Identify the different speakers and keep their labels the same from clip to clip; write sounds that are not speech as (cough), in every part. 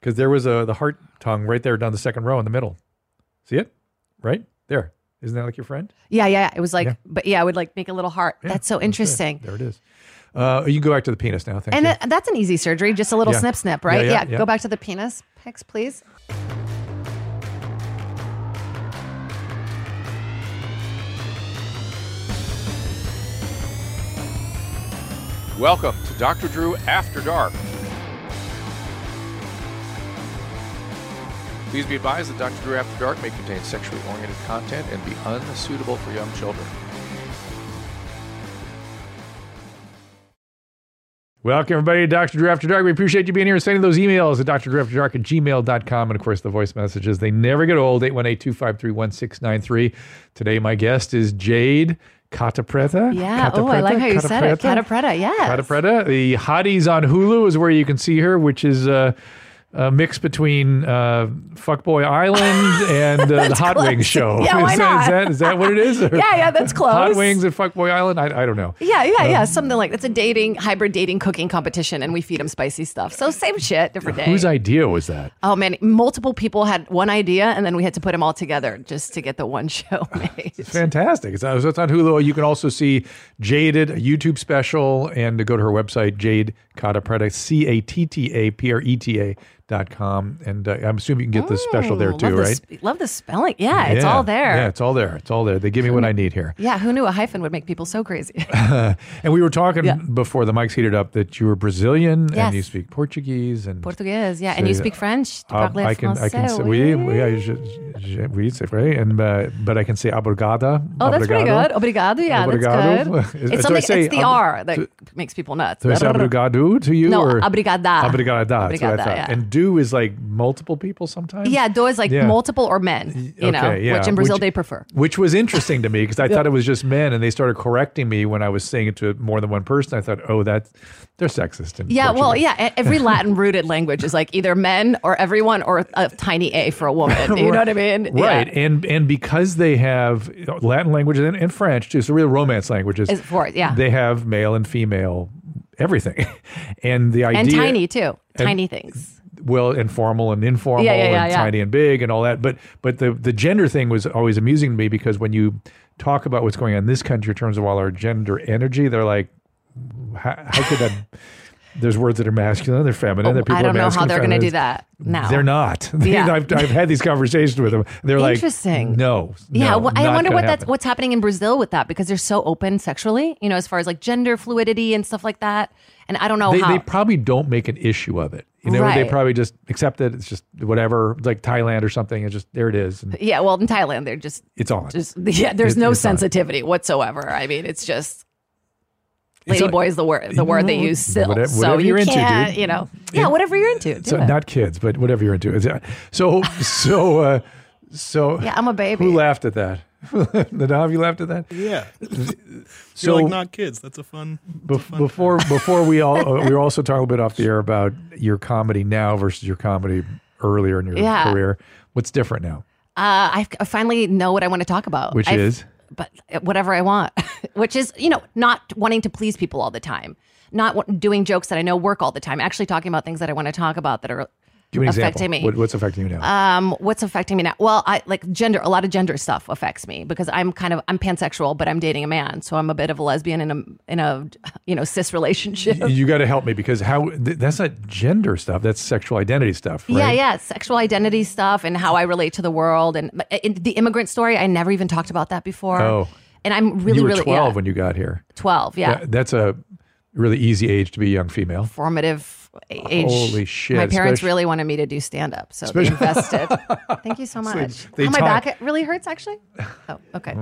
Speaker 1: because there was a the heart tongue right there down the second row in the middle. See it? Right there. Isn't that like your friend?
Speaker 2: Yeah, yeah. It was like,
Speaker 1: Yeah.
Speaker 2: but yeah, I would like make a little heart. that's so
Speaker 1: it.
Speaker 2: interesting.
Speaker 1: There it is. Uh, you can go back to the penis now. Thank
Speaker 2: And
Speaker 1: you.
Speaker 2: that, that's an easy surgery, just a little
Speaker 1: Yeah.
Speaker 2: snip, snip, right?
Speaker 1: Yeah,
Speaker 2: Yeah,
Speaker 1: yeah, yeah.
Speaker 2: Go back to the penis pics, please.
Speaker 3: Welcome to Dr. Drew After Dark. Please be advised that Dr. Drew After Dark may contain sexually oriented content and be unsuitable for young children.
Speaker 1: Welcome, everybody, to Dr. Drew After Dark. We appreciate you being here and sending those emails at drdrewafterdark at gmail.com. And of course, the voice messages, they never get old 818 253 1693. Today, my guest is Jade Katapreta.
Speaker 2: Yeah. Oh, I like how you said it. Catapretta. Yes.
Speaker 1: Katapreta. The Hotties on Hulu is where you can see her, which is uh, a mix between uh, Fuckboy
Speaker 2: (laughs)
Speaker 1: Island and uh, the Hot
Speaker 2: close.
Speaker 1: Wings show.
Speaker 2: Yeah, why
Speaker 1: is, that, is,
Speaker 2: not?
Speaker 1: that, is that what it is?
Speaker 2: (laughs) Yeah, yeah, that's
Speaker 1: (laughs)
Speaker 2: close.
Speaker 1: Hot Wings and Fuckboy Island? I, I don't know.
Speaker 2: Yeah, yeah, yeah. Something like that's a dating, hybrid dating cooking competition, and we feed them spicy stuff. So same shit, different day.
Speaker 1: Whose idea was that?
Speaker 2: oh man, multiple people had one idea, and then we had to put them all together just to get the one show (laughs) made.
Speaker 1: Fantastic. It's, uh, it's on Hulu. You can also see Jaded, a YouTube special, and to go to her website, Jade Catapreta, C A T T A P R E T A dot com. And uh, I'm assuming you can get the special there
Speaker 2: Ooh,
Speaker 1: too,
Speaker 2: Oh, love the
Speaker 1: right?
Speaker 2: sp- love the spelling. Yeah, it's
Speaker 1: Yeah.
Speaker 2: all there.
Speaker 1: Yeah,
Speaker 2: Yeah.
Speaker 1: it's all there. It's all there. They give me what I need here.
Speaker 2: who knew a hyphen would make people so crazy?
Speaker 1: And we were talking
Speaker 2: Yeah.
Speaker 1: before the mics heated up that you were Brazilian
Speaker 2: Yes.
Speaker 1: and you speak Portuguese and
Speaker 2: Portuguese, yeah. And you
Speaker 1: So,
Speaker 2: speak French? Tu
Speaker 1: Um,
Speaker 2: parles
Speaker 1: I can, I can
Speaker 2: français,
Speaker 1: say,
Speaker 2: oui.
Speaker 1: oui, oui, I, je, je, oui, c'est vrai. And, uh, but I can say obrigada.
Speaker 2: Oh, that's pretty
Speaker 1: obrigado.
Speaker 2: good. Obrigado, yeah,
Speaker 1: Obrigado. (laughs)
Speaker 2: that's good. It's,
Speaker 1: So I
Speaker 2: something,
Speaker 1: say
Speaker 2: it's the
Speaker 1: ob-
Speaker 2: R that makes people nuts.
Speaker 1: So is obrigado to you?
Speaker 2: No,
Speaker 1: or? Obrigada.
Speaker 2: obrigada.
Speaker 1: That's what I
Speaker 2: Obrigada,
Speaker 1: thought.
Speaker 2: yeah.
Speaker 1: And do is like multiple people sometimes?
Speaker 2: Yeah, do is like
Speaker 1: Yeah.
Speaker 2: multiple or men, you know,
Speaker 1: Okay, yeah.
Speaker 2: which in Brazil
Speaker 1: Which-
Speaker 2: they prefer.
Speaker 1: Which was interesting to me because
Speaker 2: (laughs)
Speaker 1: I thought it was just men, and they started correcting me when I was saying it to more than one person. I thought, oh, that's they're sexist. in
Speaker 2: Yeah, well,
Speaker 1: Portugal.
Speaker 2: yeah. e-
Speaker 1: (laughs)
Speaker 2: Every Latin rooted language is like either men or everyone or a tiny a for
Speaker 1: (laughs)
Speaker 2: a woman. (laughs) You know what I mean? Yeah.
Speaker 1: Right, and and because they have Latin languages and, and French too, so real romance languages.
Speaker 2: Is- for it, yeah.
Speaker 1: they have male and female everything, (laughs) and the idea
Speaker 2: And tiny too.
Speaker 1: and-
Speaker 2: Tiny things.
Speaker 1: well and formal and informal
Speaker 2: Yeah, yeah, yeah,
Speaker 1: and
Speaker 2: yeah.
Speaker 1: tiny and big and all that but but the the gender thing was always amusing to me because when you talk about what's going on in this country in terms of all our gender energy they're like how, how could that (laughs) there's words that are masculine they're feminine that people
Speaker 2: Oh, I
Speaker 1: are
Speaker 2: don't know how
Speaker 1: masculine,
Speaker 2: they're going to do
Speaker 1: feminine.
Speaker 2: that now.
Speaker 1: they're not (laughs)
Speaker 2: Yeah.
Speaker 1: I've, I've had these conversations with them they're like
Speaker 2: Interesting.
Speaker 1: no
Speaker 2: Yeah,
Speaker 1: no,
Speaker 2: well, I
Speaker 1: not
Speaker 2: wonder
Speaker 1: gonna
Speaker 2: what that's
Speaker 1: happen.
Speaker 2: what's happening in Brazil with that because they're so open sexually, you know, as far as like gender fluidity and stuff like that. And I don't know
Speaker 1: they,
Speaker 2: how.
Speaker 1: they probably don't make an issue of it you know they
Speaker 2: Right.
Speaker 1: probably just accept it it's just whatever like thailand or something it's just there it is and
Speaker 2: yeah, well, in Thailand, they're just
Speaker 1: it's on
Speaker 2: just yeah. There's (laughs)
Speaker 1: It-
Speaker 2: no
Speaker 1: it's not.
Speaker 2: sensitivity whatsoever. I mean, it's just
Speaker 1: It's
Speaker 2: ladyboy
Speaker 1: all-
Speaker 2: is the word the word they use still.
Speaker 1: Whatever-
Speaker 2: so
Speaker 1: whatever
Speaker 2: you
Speaker 1: you're into,
Speaker 2: can't,
Speaker 1: dude.
Speaker 2: you know, yeah, whatever you're into. Do
Speaker 1: so
Speaker 2: it.
Speaker 1: not kids, but whatever you're into. It's-
Speaker 2: (laughs)
Speaker 1: So so uh, so.
Speaker 2: Yeah, I'm a baby.
Speaker 1: Who laughed at that? (laughs) Nadav, you laughed at that.
Speaker 4: Yeah.
Speaker 1: So
Speaker 4: You're like not kids. That's a fun.
Speaker 1: bef- before before we
Speaker 2: (laughs)
Speaker 1: all uh, we were also talking a little bit off the air about your comedy now versus your comedy earlier in your
Speaker 2: Yeah.
Speaker 1: career. What's different now?
Speaker 2: Uh, I I finally know what I want to talk about,
Speaker 1: Which
Speaker 2: I've-
Speaker 1: is?
Speaker 2: but uh, whatever I want, (laughs) which is you know not wanting to please people all the time, not w- doing jokes that I know work all the time. Actually, talking about things that I want to talk about that are
Speaker 1: Give me an
Speaker 2: affecting
Speaker 1: example.
Speaker 2: me.
Speaker 1: What, what's affecting you now?
Speaker 2: Um, what's affecting me now? Well, I like gender. A lot of gender stuff affects me because I'm kind of I'm pansexual, but I'm dating a man, so I'm a bit of a lesbian in a in a (laughs) you know cis relationship.
Speaker 1: you got to help me because how th- that's not gender stuff. That's sexual identity stuff. (laughs) Right?
Speaker 2: Yeah, yeah, sexual identity stuff and how I relate to the world and but uh, in the immigrant story. I never even talked about that before.
Speaker 1: Oh.
Speaker 2: And I'm really,
Speaker 1: you were
Speaker 2: really
Speaker 1: twelve
Speaker 2: yeah,
Speaker 1: when you got here.
Speaker 2: twelve. Yeah,
Speaker 1: That- that's a really easy age to be a young female.
Speaker 2: formative age.
Speaker 1: Holy shit,
Speaker 2: My parents
Speaker 1: especially-
Speaker 2: really wanted me to do stand up, so
Speaker 1: (laughs)
Speaker 2: they invested. Thank you so much.
Speaker 1: they Mm,
Speaker 2: oh, my
Speaker 1: taught-
Speaker 2: back it really hurts actually. Oh, okay.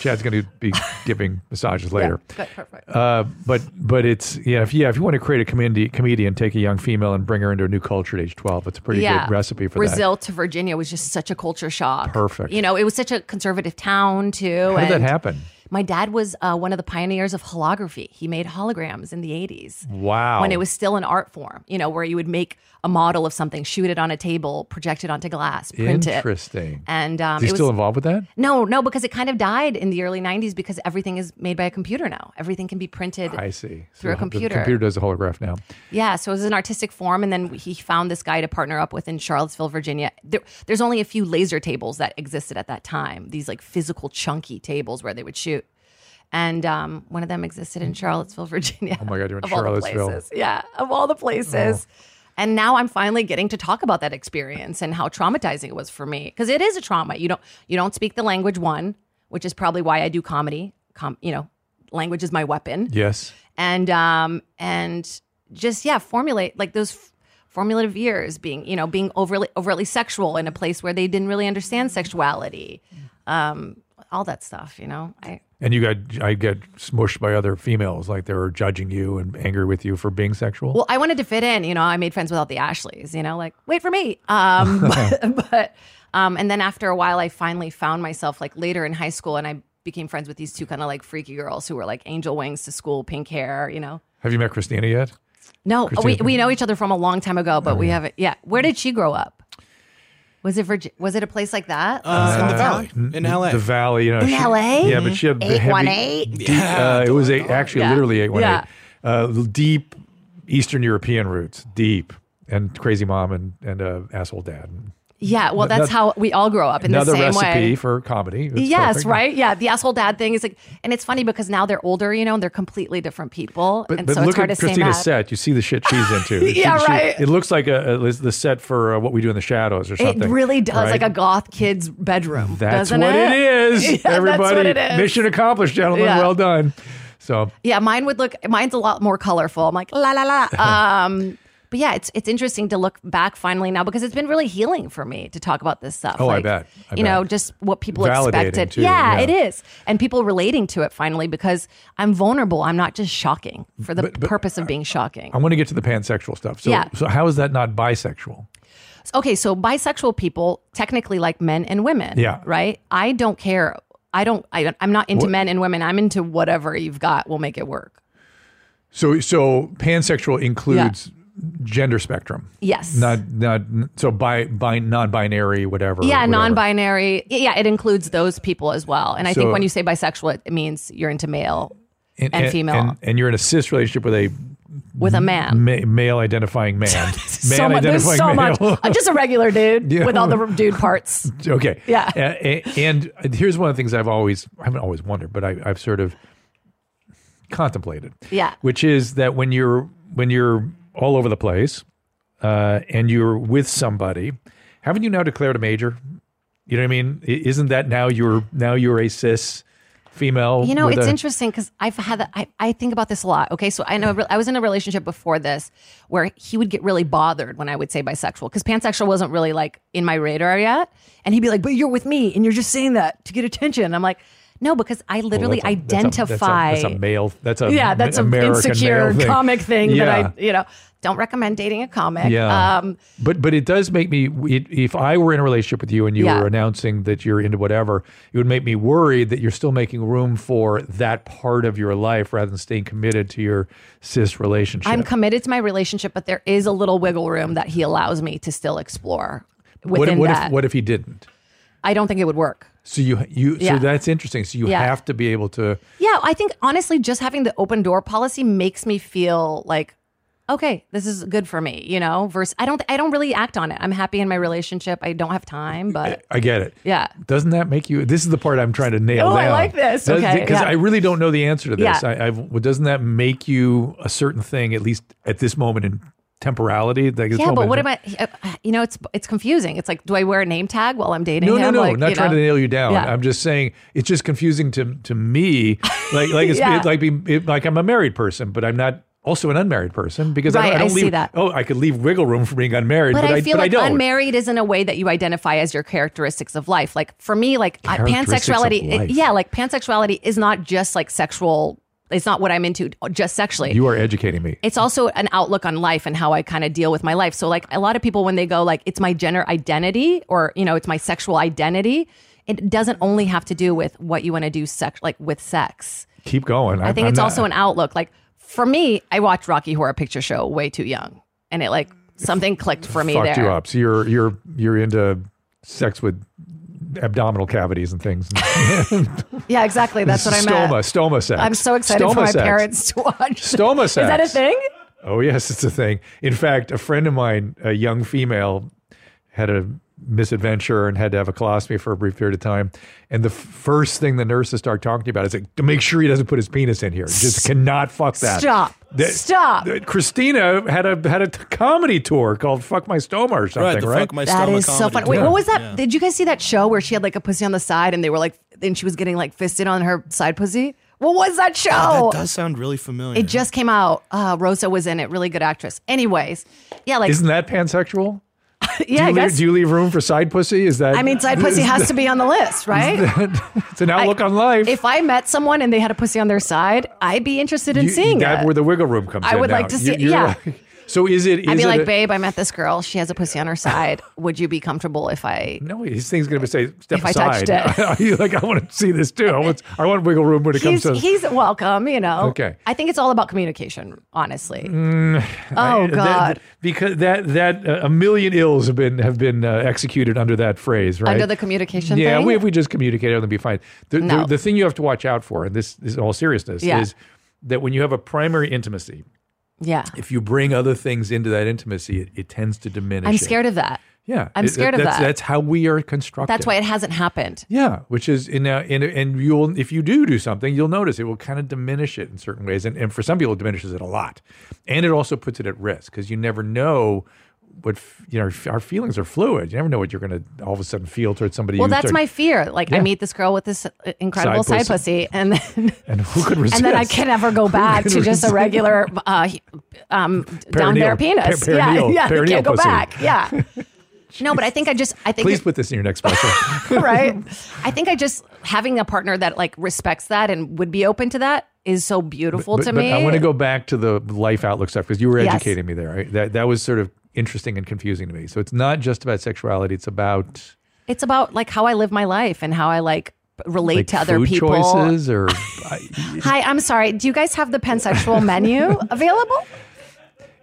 Speaker 1: Chad's going to
Speaker 2: (laughs)
Speaker 1: be giving massages later.
Speaker 2: Good, perfect.
Speaker 1: Uh, but but it's yeah if yeah if you want to create a comedian comedian take a young female and bring her into a new culture at age twelve it's a pretty good recipe for
Speaker 2: Brazil to Virginia was just such a culture shock.
Speaker 1: Perfect.
Speaker 2: You know, it was such a conservative town too.
Speaker 1: that. How did that
Speaker 2: and
Speaker 1: happen?
Speaker 2: My dad was uh, one of the pioneers of holography. He made holograms in the 80s
Speaker 1: Wow.
Speaker 2: when it was still an art form, you know, where you would make a model of something, shoot it on a table, project it onto glass, print it.
Speaker 1: interesting.
Speaker 2: And um,
Speaker 1: Is he
Speaker 2: it was
Speaker 1: still involved with that?
Speaker 2: no, no, because it kind of died in the early 90s because everything is made by a computer now. Everything can be printed.
Speaker 1: I see. So
Speaker 2: Through a
Speaker 1: the
Speaker 2: computer.
Speaker 1: computer does the holograph now.
Speaker 2: Yeah, so it was an artistic form, and then he found this guy to partner up with in Charlottesville, Virginia. There, there's only a few laser tables that existed at that time. These like physical chunky tables where they would shoot, and um, one of them existed in Charlottesville, (laughs) Virginia. Oh
Speaker 1: my God, you're in
Speaker 2: of all the
Speaker 1: Charlottesville. Oh.
Speaker 2: places. Yeah, of all the places. And now I'm finally getting to talk about that experience and how traumatizing it was for me because it is a trauma. You don't you don't speak the language one, which is probably why I do comedy. Com- you know, language is my weapon
Speaker 1: Yes.
Speaker 2: and um and just yeah formulate like those f- formulative years being you know being overly overtly sexual in a place where they didn't really understand sexuality um all that stuff you know i
Speaker 1: And you got I get smushed by other females, like they were judging you and angry with you for being sexual.
Speaker 2: well i wanted to fit in you know i made friends with all the ashleys you know like wait for me um (laughs) but, but um and then after a while i finally found myself like later in high school and i became friends with these two kind of like freaky girls who were like angel wings to school pink hair you know
Speaker 1: Have you met Christina yet?
Speaker 2: No, we,
Speaker 1: Christina- Oh,
Speaker 2: we know each other from a long time ago, but we haven't. Yeah, where did she grow up? Was it Virgi- Was it a place like that?
Speaker 4: Uh,
Speaker 1: Oh.
Speaker 4: in the valley, in
Speaker 1: The-
Speaker 4: LA.
Speaker 1: The Valley, you know. In
Speaker 2: LA?
Speaker 1: Yeah, but she had the
Speaker 2: Eight one
Speaker 1: heavy.
Speaker 2: eight.
Speaker 1: Uh, it was a, actually
Speaker 2: Yeah.
Speaker 1: literally eight one
Speaker 2: Yeah.
Speaker 1: eight. Uh, deep Eastern European roots, deep and crazy mom and and uh, asshole dad.
Speaker 2: Yeah, well, that's
Speaker 1: Another-
Speaker 2: how we all grow up in the
Speaker 1: Another
Speaker 2: same
Speaker 1: recipe
Speaker 2: way.
Speaker 1: for comedy. It's
Speaker 2: Yes,
Speaker 1: perfect.
Speaker 2: right. Yeah, the asshole dad thing is like, and it's funny because now they're older, you know, and they're completely different people,
Speaker 1: But,
Speaker 2: and
Speaker 1: but
Speaker 2: so it's
Speaker 1: look
Speaker 2: hard
Speaker 1: at
Speaker 2: to say
Speaker 1: Christina's
Speaker 2: that.
Speaker 1: set. You see the shit she's into.
Speaker 2: (laughs) Yeah,
Speaker 1: She- she-
Speaker 2: right.
Speaker 1: It looks like a, a- the set for uh, what we do in the shadows or
Speaker 2: It
Speaker 1: something.
Speaker 2: really does,
Speaker 1: right?
Speaker 2: like a goth kid's bedroom.
Speaker 1: That's
Speaker 2: doesn't
Speaker 1: what
Speaker 2: it?
Speaker 1: it is,
Speaker 2: (laughs) Yeah, that's what
Speaker 1: everybody.
Speaker 2: it is.
Speaker 1: Mission accomplished, gentlemen.
Speaker 2: Yeah.
Speaker 1: Well done. So
Speaker 2: Yeah, mine would look mine's a lot more colorful. I'm like la la
Speaker 1: (laughs)
Speaker 2: la. Um, but yeah, it's it's interesting to look back finally now because it's been really healing for me to talk about this stuff.
Speaker 1: Oh, I
Speaker 2: Like,
Speaker 1: bet. I
Speaker 2: you know,
Speaker 1: bet.
Speaker 2: just what people
Speaker 1: Validating,
Speaker 2: expected.
Speaker 1: too.
Speaker 2: yeah,
Speaker 1: Yeah.
Speaker 2: it is, and people relating to it finally because I'm vulnerable. I'm not just shocking for the
Speaker 1: But- uh, um, but-
Speaker 2: purpose of being shocking.
Speaker 1: I want to get to the pansexual stuff. So,
Speaker 2: Yeah.
Speaker 1: so how is that not bisexual?
Speaker 2: okay, so bisexual people technically like men and women.
Speaker 1: Yeah.
Speaker 2: right. I don't care. I don't. I, don't- I'm not into men and women. I'm into whatever you've got. We'll make it work.
Speaker 1: So, so pansexual includes gender spectrum.
Speaker 2: Yes.
Speaker 1: Not not so bi bi non-binary whatever.
Speaker 2: Yeah,
Speaker 1: Oh, whatever.
Speaker 2: non-binary. Y- Yeah, it includes those people as well. And I
Speaker 1: So-
Speaker 2: think when you say bisexual, it means you're into male and female.
Speaker 1: and, and you're in a cis relationship with a
Speaker 2: with a man.
Speaker 1: ma- male identifying man. man
Speaker 2: (laughs) so much. There's so much. Uh, just a regular
Speaker 1: (laughs)
Speaker 2: dude
Speaker 1: Yeah.
Speaker 2: with all the r- dude parts.
Speaker 1: (laughs) okay.
Speaker 2: Yeah.
Speaker 1: A- a- And, here's one of the things I've always, I haven't always wondered, but I, I've sort of contemplated. (laughs)
Speaker 2: Yeah.
Speaker 1: Which is that when you're when you're all over the place, uh, and you're with somebody, haven't you now declared a major? You know what I mean? I- Isn't that now you're now you're a cis female?
Speaker 2: You know,
Speaker 1: with
Speaker 2: it's
Speaker 1: a-
Speaker 2: interesting because I've had that. I, I think about this a lot. Okay, so I know I was in a relationship before this where he would get really bothered when I would say bisexual because pansexual wasn't really like in my radar yet, and he'd be like, "But you're with me, and you're just saying that to get attention." I'm like, "No, because I
Speaker 1: Well,
Speaker 2: literally
Speaker 1: that's a- that's a- that's a-
Speaker 2: identify."
Speaker 1: That's a, male. That's a
Speaker 2: yeah, that's an
Speaker 1: American
Speaker 2: insecure
Speaker 1: male thing.
Speaker 2: comic thing
Speaker 1: Yeah.
Speaker 2: that I, you know, don't recommend dating a comic.
Speaker 1: Yeah.
Speaker 2: Um,
Speaker 1: but but it does make me it, if I were in a relationship with you and you
Speaker 2: Yeah.
Speaker 1: were announcing that you're into whatever, it would make me worried that you're still making room for that part of your life rather than staying committed to your cis relationship.
Speaker 2: I'm committed to my relationship, but there is a little wiggle room that he allows me to still explore
Speaker 1: what if,
Speaker 2: within
Speaker 1: what
Speaker 2: that.
Speaker 1: if what if he didn't?
Speaker 2: I don't think it would work.
Speaker 1: So you you so
Speaker 2: Yeah.
Speaker 1: that's interesting. So you
Speaker 2: Yeah.
Speaker 1: have to be able to
Speaker 2: Yeah, I think honestly, just having the open door policy makes me feel like, okay, this is good for me, you know. Versus, I don't, I don't really act on it. I'm happy in my relationship. I don't have time, but
Speaker 1: I get it.
Speaker 2: Yeah.
Speaker 1: Doesn't that make you? This is the part I'm trying to nail
Speaker 2: Oh,
Speaker 1: down.
Speaker 2: I like this. Okay,
Speaker 1: Because
Speaker 2: yeah.
Speaker 1: I really don't know the answer to this.
Speaker 2: Yeah.
Speaker 1: I, I've, well, doesn't that make you a certain thing, at least at this moment in temporality? Like this
Speaker 2: yeah.
Speaker 1: moment
Speaker 2: But what
Speaker 1: in-
Speaker 2: about you know? It's it's confusing. It's like, do I wear a name tag while I'm dating
Speaker 1: No,
Speaker 2: him?
Speaker 1: no, no.
Speaker 2: Like,
Speaker 1: not
Speaker 2: you
Speaker 1: trying
Speaker 2: know?
Speaker 1: to nail you down.
Speaker 2: Yeah.
Speaker 1: I'm just saying it's just confusing to to
Speaker 2: (laughs)
Speaker 1: me. Like like it's
Speaker 2: Yeah.
Speaker 1: it, like be, it, like I'm a married person, but I'm not also an unmarried person because I
Speaker 2: Right,
Speaker 1: don't, I don't
Speaker 2: I
Speaker 1: leave.
Speaker 2: see that.
Speaker 1: Oh, I could leave wiggle room for being unmarried, but,
Speaker 2: but I feel
Speaker 1: but
Speaker 2: like
Speaker 1: I don't.
Speaker 2: unmarried isn't a way that you identify as your characteristics of life. Like for me, like I-
Speaker 1: Characteristics of
Speaker 2: pansexuality,
Speaker 1: life.
Speaker 2: yeah, like pansexuality is not just like sexual. It's not what I'm into just sexually.
Speaker 1: You are educating me.
Speaker 2: it's also an outlook on life and how I kind of deal with my life. So like a lot of people when they go like it's my gender identity or you know it's my sexual identity, it doesn't only have to do with what you want to do sex like with sex.
Speaker 1: Keep going.
Speaker 2: I think
Speaker 1: I'm
Speaker 2: it's
Speaker 1: not-
Speaker 2: also an outlook. Like for me, I watched Rocky Horror Picture Show way too young, and it like something clicked for me
Speaker 1: fucked
Speaker 2: there.
Speaker 1: you up. So you're you're you're into sex with abdominal cavities and things.
Speaker 2: Yeah, exactly. That's what I meant.
Speaker 1: stoma, stoma sex.
Speaker 2: I'm so excited
Speaker 1: Stoma
Speaker 2: for my
Speaker 1: sex.
Speaker 2: parents to watch.
Speaker 1: Stoma
Speaker 2: Is that a
Speaker 1: sex.
Speaker 2: thing?
Speaker 1: Oh yes, (laughs) it's a thing. In fact, a friend of mine, a young female, had a misadventure and had to have a colostomy for a brief period of time. And the f- first thing the nurses start talking to you about is like, to make sure he doesn't put his penis in here. Just cannot fuck that.
Speaker 2: Stop.
Speaker 1: The-
Speaker 2: Stop.
Speaker 1: the- Christina had a had a t- comedy tour called "Fuck My Stoma" or something,
Speaker 4: Right,
Speaker 1: right?
Speaker 4: the fuck my
Speaker 2: That
Speaker 4: stomach
Speaker 2: is so
Speaker 4: comedy
Speaker 2: funny. Wait,
Speaker 4: tour.
Speaker 2: what was that?
Speaker 4: Yeah.
Speaker 2: Did you guys see that show where she had like a pussy on the side and they were like, and she was getting like fisted on her side pussy? What was that show?
Speaker 4: that does sound really familiar.
Speaker 2: Oh, it just came out. Uh, Rosa was in it. Really good actress. Anyways, yeah, like
Speaker 1: Isn't that pansexual?
Speaker 2: yeah,
Speaker 1: do,
Speaker 2: I
Speaker 1: you leave,
Speaker 2: guess.
Speaker 1: do you leave room for side pussy? Is that?
Speaker 2: I
Speaker 1: (laughs)
Speaker 2: mean, side pussy has to be on the list, right?
Speaker 1: it's an outlook on life.
Speaker 2: If I met someone and they had a pussy on their side, I'd be interested in
Speaker 1: You-
Speaker 2: seeing
Speaker 1: that
Speaker 2: it.
Speaker 1: where the wiggle room comes
Speaker 2: I
Speaker 1: in
Speaker 2: would
Speaker 1: now.
Speaker 2: like to
Speaker 1: You-
Speaker 2: see-
Speaker 1: you're
Speaker 2: yeah.
Speaker 1: like- (laughs) so is it? Is
Speaker 2: I'd be
Speaker 1: it
Speaker 2: like,
Speaker 1: a-
Speaker 2: babe, I met this girl. She has a pussy on her side. Would you be comfortable if I?
Speaker 1: No, his thing's going to say step
Speaker 2: If I
Speaker 1: aside.
Speaker 2: touched
Speaker 1: (laughs)
Speaker 2: it.
Speaker 1: You're like, I want to see this too. I want, I want wiggle room when it
Speaker 2: He's,
Speaker 1: comes to.
Speaker 2: he's welcome, you know.
Speaker 1: Okay. Mm,
Speaker 2: I think it's all about communication, honestly.
Speaker 1: I-
Speaker 2: oh
Speaker 1: that-
Speaker 2: God.
Speaker 1: because that that uh, a million ills have been have been uh, executed under that phrase, right?
Speaker 2: Under the communication
Speaker 1: yeah,
Speaker 2: thing?
Speaker 1: we, if we just communicate, it'll be fine. The, the-
Speaker 2: No.
Speaker 1: the, thing you have to watch out for, and this is in all seriousness,
Speaker 2: Yeah.
Speaker 1: is that when you have a primary intimacy,
Speaker 2: yeah.
Speaker 1: if you bring other things into that intimacy, it, it tends to diminish.
Speaker 2: I'm
Speaker 1: it.
Speaker 2: scared of that.
Speaker 1: Yeah,
Speaker 2: I'm
Speaker 1: It-
Speaker 2: scared of
Speaker 1: that's,
Speaker 2: that.
Speaker 1: That's how we are constructed.
Speaker 2: That's why it hasn't happened.
Speaker 1: Yeah, which is in now and and you'll if you do do something, you'll notice it will kind of diminish it in certain ways, and and for some people it diminishes it a lot, and it also puts it at risk because you never know what f- you know. f- Our feelings are fluid. You never know what you're going to all of a sudden feel towards somebody.
Speaker 2: Well,
Speaker 1: you
Speaker 2: that's
Speaker 1: start-
Speaker 2: my fear. Like I meet this girl with this uh, incredible
Speaker 1: Side
Speaker 2: side,
Speaker 1: pussy.
Speaker 2: pussy. and then (laughs)
Speaker 1: and who could resist?
Speaker 2: and then I can
Speaker 1: (laughs)
Speaker 2: never go back to just a regular uh, he- um, down
Speaker 1: Perineal-
Speaker 2: there penis.
Speaker 1: per-
Speaker 2: yeah, (laughs)
Speaker 1: perineal-
Speaker 2: yeah, you
Speaker 1: perineal
Speaker 2: can't go
Speaker 1: pussy. (laughs)
Speaker 2: back. Yeah. No, but I think I just I think
Speaker 1: Please
Speaker 2: it-
Speaker 1: put this in your next
Speaker 2: (laughs)
Speaker 1: special. (laughs)
Speaker 2: right? I think I just having a partner that like respects that and would be open to that is so beautiful
Speaker 1: but,
Speaker 2: to
Speaker 1: but
Speaker 2: me.
Speaker 1: I want to go back to the life outlook stuff because you were
Speaker 2: Yes.
Speaker 1: educating me there. Right? That that was sort of interesting and confusing to me. So it's not just about sexuality; it's about
Speaker 2: It's about like how I live my life and how I like relate
Speaker 1: like
Speaker 2: to other
Speaker 1: food
Speaker 2: people.
Speaker 1: choices
Speaker 2: (laughs)
Speaker 1: or.
Speaker 2: Hi, I'm sorry. Do you guys have the
Speaker 1: (laughs)
Speaker 2: pansexual menu available?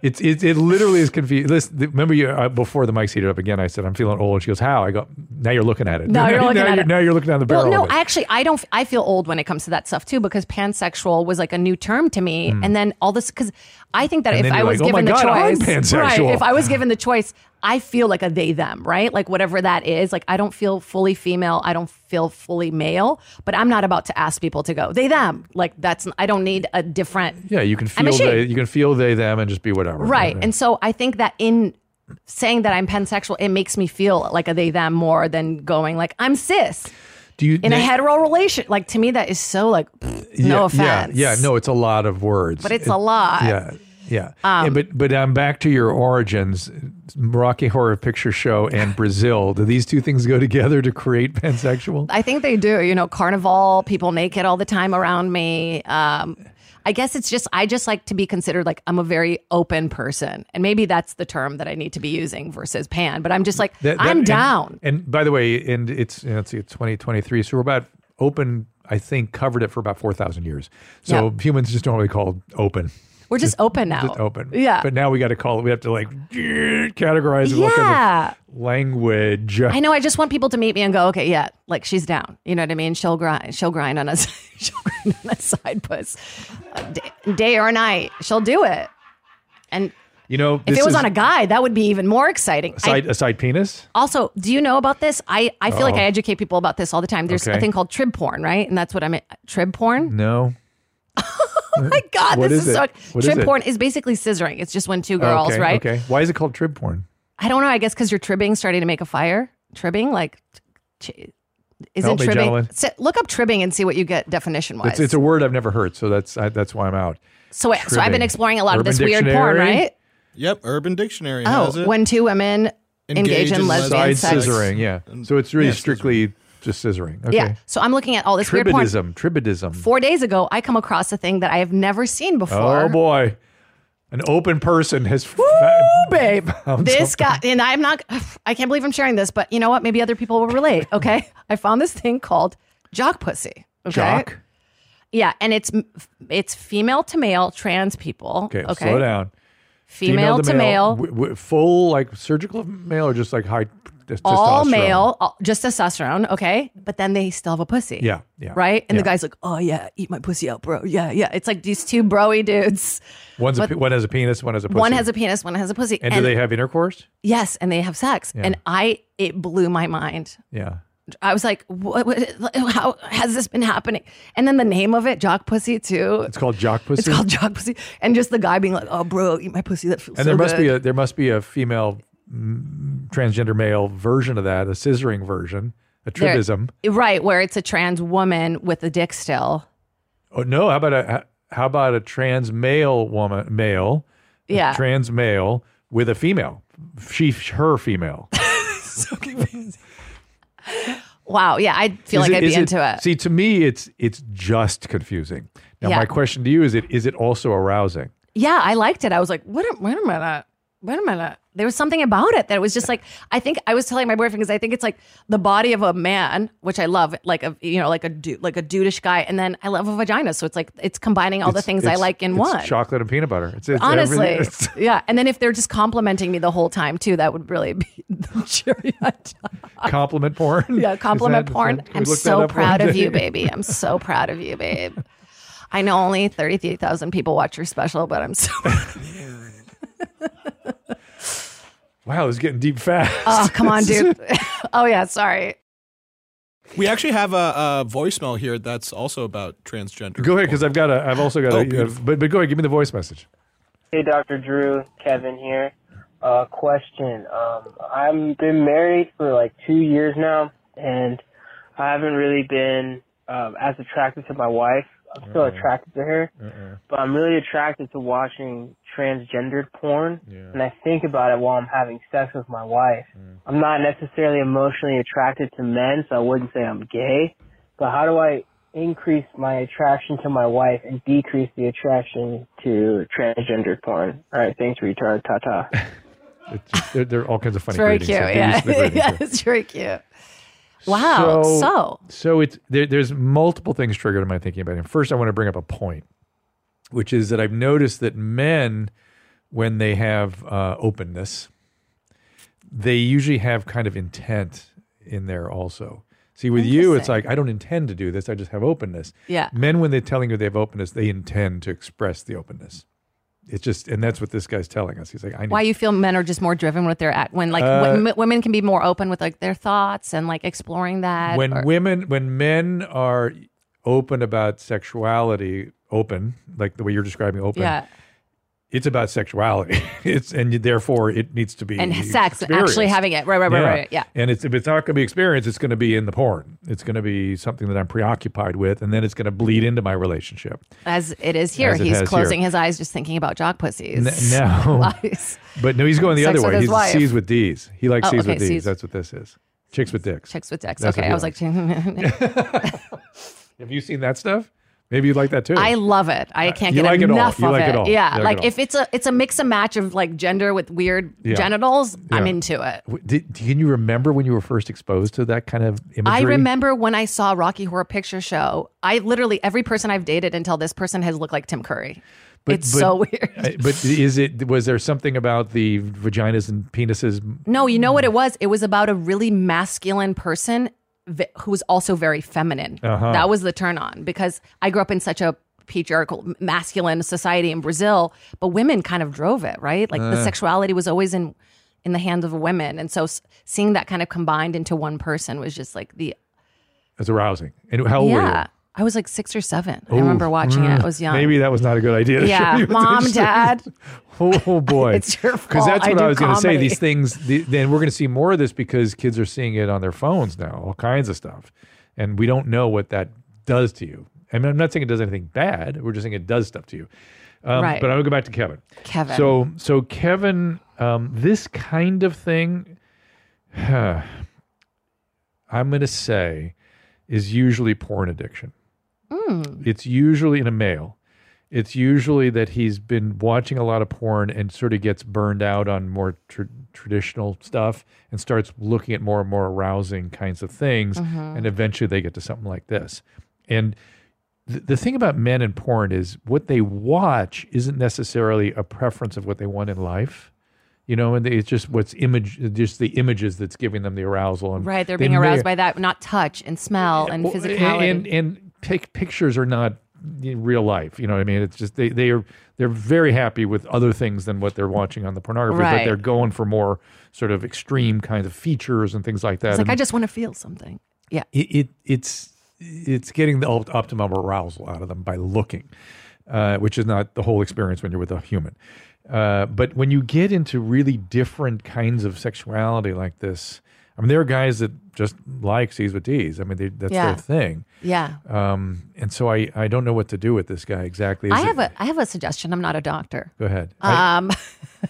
Speaker 1: It's it, it literally is confusing. Listen, th- remember you uh, before the mic's heated up again. I said I'm feeling old, and she goes, "How?" I go, "Now you're looking at it.
Speaker 2: Now you're looking at
Speaker 1: you're- (laughs)
Speaker 2: it."
Speaker 1: Now you're looking down the barrel."
Speaker 2: Well, no,
Speaker 1: of it.
Speaker 2: I actually I don't. f- I feel old when it comes to that stuff too because pansexual was like a new term to me, and then all this because I think that
Speaker 1: Hmm. And
Speaker 2: if
Speaker 1: then
Speaker 2: I
Speaker 1: you're
Speaker 2: was
Speaker 1: like, "Oh my
Speaker 2: given the
Speaker 1: God, I'm
Speaker 2: choice, right?
Speaker 1: pansexual.
Speaker 2: If I was given the choice, I feel like a they them, right? Like whatever that is. Like I don't feel fully female. I don't feel fully male. But I'm not about to ask people to go they them. Like that's I don't need a different
Speaker 1: yeah, you can
Speaker 2: I'm a
Speaker 1: feel
Speaker 2: she.
Speaker 1: they, you can feel they them and just be whatever.
Speaker 2: Right.
Speaker 1: Yeah.
Speaker 2: And so I think that in saying that I'm pansexual, it makes me feel like a they them more than going like I'm cis
Speaker 1: do you
Speaker 2: in a hetero relation. Like to me, that is so like pfft, no offense.
Speaker 1: Yeah, yeah, no, it's a lot of words,
Speaker 2: but it's a lot.
Speaker 1: Yeah, yeah. Yeah, but but um, back to your origins, Rocky Horror Picture Show
Speaker 2: (laughs)
Speaker 1: and Brazil. Do these two things go together to create pansexual?
Speaker 2: I think they do. You know, carnival, people naked all the time around me. Um, I guess it's just I just like to be considered like I'm a very open person, and maybe that's the term that I need to be using versus pan. But I'm just like
Speaker 1: That- that-
Speaker 2: I'm
Speaker 1: and-
Speaker 2: down.
Speaker 1: And, by the way, and it's you know, let's see, it's twenty twenty three. So we're about open. I think covered it for about four thousand years. So humans just normally call open,
Speaker 2: We're just open now.
Speaker 1: just open.
Speaker 2: Yeah.
Speaker 1: But now we got to call it. We have to like categorize it. with all kinds of
Speaker 2: Yeah.
Speaker 1: Language.
Speaker 2: I know. I just want people to meet me and go, okay, yeah, like she's down. You know what I mean? She'll grind. She'll grind on us. (laughs) she'll grind on a side puss, A day, day or night. She'll do it. And
Speaker 1: you know,
Speaker 2: if
Speaker 1: this
Speaker 2: it was
Speaker 1: is
Speaker 2: on a guy, that would be even more exciting.
Speaker 1: side, a side penis.
Speaker 2: I, also, do you know about this? I I feel like I educate people about this all the time. There's
Speaker 1: Oh. Okay.
Speaker 2: a thing called trib porn, right? And that's what I mean. Trib porn.
Speaker 1: No.
Speaker 2: Oh (laughs) my god,
Speaker 1: What
Speaker 2: this
Speaker 1: is
Speaker 2: is,
Speaker 1: it?
Speaker 2: so.
Speaker 1: What is
Speaker 2: trib
Speaker 1: it? Oh,
Speaker 2: porn is basically scissoring. It's just when two girls,
Speaker 1: okay,
Speaker 2: right?
Speaker 1: Okay. Why is it called trib porn?
Speaker 2: I don't know. I guess because you're tribbing, starting to make a fire. Tribbing, like, ch- isn't
Speaker 1: Help me,
Speaker 2: tribbing?
Speaker 1: gentlemen.
Speaker 2: S- look up tribbing and see what you get definition wise.
Speaker 1: It's, it's a word I've never heard, so that's I, that's why I'm out.
Speaker 2: so, I- so I've
Speaker 1: tribbing.
Speaker 2: been exploring a lot of
Speaker 1: Urban
Speaker 2: this weird porn,
Speaker 1: Dictionary?
Speaker 2: right?
Speaker 4: Yep, Urban Dictionary has
Speaker 2: Oh,
Speaker 4: it.
Speaker 2: when two women engage,
Speaker 4: Engage
Speaker 2: in
Speaker 4: in
Speaker 2: lesbian
Speaker 1: Side
Speaker 4: Side
Speaker 2: sex.
Speaker 1: scissoring. Yeah. So it's really
Speaker 4: yeah, scissoring.
Speaker 1: strictly just scissoring. Okay.
Speaker 2: Yeah. So I'm looking at all this weird porn.
Speaker 1: Tribidism. Tribidism.
Speaker 2: Four days ago, I come across a thing that I have never seen before.
Speaker 1: Oh boy. An open person has
Speaker 2: Woo,
Speaker 1: (laughs)
Speaker 2: babe.
Speaker 1: Found
Speaker 2: This guy, and I'm not, (sighs) I can't believe I'm sharing this, but you know what? Maybe other people will relate. Okay. (laughs) I found this thing called jock pussy. Okay.
Speaker 1: jock.
Speaker 2: Yeah. And it's, it's female to male trans people.
Speaker 1: Okay, slow down.
Speaker 2: Female, to male,
Speaker 1: W- w- full like surgical male or just like high t- testosterone?
Speaker 2: all male, all, just testosterone. Okay. But then they still have a pussy.
Speaker 1: Yeah, yeah.
Speaker 2: Right. And the
Speaker 1: Yeah.
Speaker 2: guy's like, oh, yeah, eat my pussy out, bro. Yeah. Yeah. It's like these two broy dudes.
Speaker 1: One's a, pe- one has a penis, one has a pussy.
Speaker 2: One has a penis, one has a pussy.
Speaker 1: and, do they have intercourse?
Speaker 2: Yes, and they have sex. And I, it blew my mind.
Speaker 1: Yeah.
Speaker 2: I was like, what, what, how has this been happening? And then the name of it, Jock Pussy, too.
Speaker 1: It's called jock pussy.
Speaker 2: It's called Jock Pussy. And just the guy being like, oh, bro, eat my pussy. That feels
Speaker 1: and there must be a there must be a female mm, transgender male version of that, a scissoring version, a tribism.
Speaker 2: a. Right, where it's a trans woman with a dick still.
Speaker 1: Oh no, how about a how about a trans male woman male? a
Speaker 2: Yeah.
Speaker 1: trans male with a female. She her female.
Speaker 2: Wow. Yeah, I feel
Speaker 1: Is
Speaker 2: like I'd
Speaker 1: is
Speaker 2: be into it.
Speaker 1: See, to me it's it's just confusing. Now
Speaker 2: Yeah.
Speaker 1: my question to you is it is it also arousing?
Speaker 2: yeah, I liked it. I was like, wait a, wait a minute. Wait a minute. There was something about it that was just like, I think I was telling my boyfriend because I think it's like the body of a man, which I love, like a you know, like a dude, like a dudeish guy, and then I love a vagina. So it's like it's combining all the
Speaker 1: It's-
Speaker 2: things I
Speaker 1: it's-
Speaker 2: like in
Speaker 1: it's
Speaker 2: one.
Speaker 1: Chocolate and peanut butter. It's, it's
Speaker 2: Honestly,
Speaker 1: everything. It's- (laughs)
Speaker 2: yeah. And then if they're just complimenting me the whole time too, that would really be (laughs) the cherry on top.
Speaker 1: compliment porn. (laughs)
Speaker 2: Yeah,
Speaker 1: Is
Speaker 2: compliment
Speaker 1: that-
Speaker 2: porn.
Speaker 1: can we
Speaker 2: I'm
Speaker 1: look that
Speaker 2: so
Speaker 1: up one
Speaker 2: proud of
Speaker 1: day?
Speaker 2: you, baby.
Speaker 1: (laughs)
Speaker 2: I'm so proud of you, babe. I know only 33,000 people watch your special, but I'm so
Speaker 1: Wow, it's getting deep fast.
Speaker 2: Oh, come on, dude. (laughs) oh, yeah. Sorry.
Speaker 4: We actually have a, a voicemail here that's also about transgender.
Speaker 1: (laughs) Go ahead, because I've got a. I've also got
Speaker 4: Oh,
Speaker 1: a.
Speaker 4: beautiful.
Speaker 1: But but go ahead, give me the voice message.
Speaker 5: Hey, Dr. Drew, Kevin here. Uh, question. Um, I'm been married for like two years now, and I haven't really been um, as attracted to my wife. I'm still attracted to her, but I'm really attracted to watching transgendered porn, and I think about it while I'm having sex with my wife. I'm not necessarily emotionally attracted to men, so I wouldn't say I'm gay. But how do I increase my attraction to my wife and decrease the attraction to transgender porn? All right, thanks, retard. Ta ta.
Speaker 1: It's, they're, they're all kinds of funny.
Speaker 2: It's very
Speaker 1: greetings,
Speaker 2: cute.
Speaker 1: so give you some
Speaker 2: Yeah. (laughs)
Speaker 1: good
Speaker 2: yeah.
Speaker 1: greetings.
Speaker 2: It's very cute. Wow. So,
Speaker 1: so it's there, there's multiple things triggered in my thinking about him. First, I want to bring up a point, which is that I've noticed that men, when they have uh, openness, they usually have kind of intent in there also. See, with you, it's like I don't intend to do this; I just have openness.
Speaker 2: Yeah.
Speaker 1: Men, when they're telling you they have openness, they intend to express the openness. It's just, and that's what this guy's telling us. He's like, I need
Speaker 2: why you feel men are just more driven with their act when like
Speaker 1: Uh,
Speaker 2: wom- women can be more open with like their thoughts and like exploring that.
Speaker 1: when
Speaker 2: or-
Speaker 1: women when men are open about sexuality open like the way you're describing open
Speaker 2: yeah.
Speaker 1: it's about sexuality (laughs) it's and therefore it needs to be
Speaker 2: And sex, and actually
Speaker 1: experienced.
Speaker 2: having it. Right, right, right, right. Yeah.
Speaker 1: and it's if it's not going to be experienced it's going to be in the porn it's going to be something that i'm preoccupied with and then it's going to bleed into my relationship
Speaker 2: As it is here.
Speaker 1: As it
Speaker 2: He's
Speaker 1: has
Speaker 2: closing
Speaker 1: here.
Speaker 2: his eyes just thinking about jock pussies.
Speaker 1: N-
Speaker 2: (laughs)
Speaker 1: no
Speaker 2: Lies.
Speaker 1: but no he's going the
Speaker 2: Sex
Speaker 1: other
Speaker 2: with
Speaker 1: way
Speaker 2: his
Speaker 1: he's
Speaker 2: wife.
Speaker 1: C's with D's he likes
Speaker 2: Oh,
Speaker 1: C's
Speaker 2: okay,
Speaker 1: with D's
Speaker 2: C's.
Speaker 1: that's what this is chicks with dicks
Speaker 2: Chicks with dicks.
Speaker 1: That's
Speaker 2: okay.
Speaker 1: what
Speaker 2: I
Speaker 1: he
Speaker 2: was like,
Speaker 1: have you seen that stuff maybe you'd like that too
Speaker 2: (laughs) I love it. I can't
Speaker 1: Uh, you
Speaker 2: get
Speaker 1: like it all.
Speaker 2: enough
Speaker 1: You
Speaker 2: of
Speaker 1: like
Speaker 2: it.
Speaker 1: it all.
Speaker 2: Yeah,
Speaker 1: You like
Speaker 2: like
Speaker 1: it all.
Speaker 2: if it's a it's a mix and match of like gender with weird
Speaker 1: Yeah.
Speaker 2: genitals, I'm
Speaker 1: Yeah.
Speaker 2: into it.
Speaker 1: W- Did, can you remember when you were first exposed to that kind of imagery?
Speaker 2: I remember when I saw Rocky Horror Picture Show. I literally every person I've dated until this person has looked like Tim Curry.
Speaker 1: But-
Speaker 2: it's
Speaker 1: but-
Speaker 2: so (laughs) weird.
Speaker 1: Uh, But is it was there something about the vaginas and penises?
Speaker 2: no, you know what it was? It was about a really masculine person vi- who was also very feminine.
Speaker 1: Uh-huh.
Speaker 2: That was the turn on because I grew up in such a patriarchal m- masculine society in Brazil, but women kind of drove it, right? Like
Speaker 1: Uh.
Speaker 2: the sexuality was always in in the hands of women, and so s- seeing that kind of combined into one person was just like the
Speaker 1: That's arousing. And how old
Speaker 2: yeah.
Speaker 1: were
Speaker 2: I was like six or seven. I
Speaker 1: you?
Speaker 2: remember watching it. I
Speaker 1: Oh, Mm,
Speaker 2: was young.
Speaker 1: Maybe that was not a good idea. to show
Speaker 2: Yeah,
Speaker 1: you
Speaker 2: mom,
Speaker 1: this.
Speaker 2: dad.
Speaker 1: Oh, (laughs) oh, boy,
Speaker 2: It's your
Speaker 1: Because
Speaker 2: fault.
Speaker 1: that's
Speaker 2: I
Speaker 1: what I,
Speaker 2: do
Speaker 1: was going to say.
Speaker 2: comedy.
Speaker 1: These things. The, then we're going to see more of this because kids are seeing it on their phones now. All kinds of stuff, and we don't know what that does to you. I mean, I'm not saying it does anything bad. We're just saying it does stuff to you. Um,
Speaker 2: Right.
Speaker 1: But I'm going to go back to Kevin.
Speaker 2: Kevin.
Speaker 1: So so Kevin, um, this kind of thing, (sighs) I'm going to
Speaker 2: Mm.
Speaker 1: say, is usually porn addiction. It's usually in a male, it's usually that he's been watching a lot of porn and sort of gets burned out on more tr- traditional stuff and starts looking at more and more arousing kinds of things.
Speaker 2: Mm-hmm.
Speaker 1: And eventually they get to something like this. And th- the thing about men and porn is what they watch isn't necessarily a preference of what they want in life. You know, and they- it's just what's image, just the images that's giving them the arousal. And
Speaker 2: Right. They're
Speaker 1: they
Speaker 2: being
Speaker 1: may-
Speaker 2: aroused by that, not touch and smell and
Speaker 1: well,
Speaker 2: physicality.
Speaker 1: And and pic- pictures are not you know, real life. You know what I mean? It's just they they are they're very happy with other things than what they're watching on the pornography, but
Speaker 2: Right.
Speaker 1: they're going for more sort of extreme kinds of features and things like that.
Speaker 2: it's like,
Speaker 1: And
Speaker 2: I just want to feel something. Yeah.
Speaker 1: it, it it's it's getting the opt- optimum arousal out of them by looking, uh, which is not the whole experience when you're with a human. Uh, but when you get into really different kinds of sexuality like this, I mean, there are guys that just like C's with D's. I mean, they, that's
Speaker 2: Yeah.
Speaker 1: their thing.
Speaker 2: Yeah.
Speaker 1: Um, and so I, I don't know what to do with this guy exactly. Is
Speaker 2: I
Speaker 1: it-
Speaker 2: have a I have a suggestion. I'm not a doctor.
Speaker 1: Go ahead. I,
Speaker 2: Um, (laughs)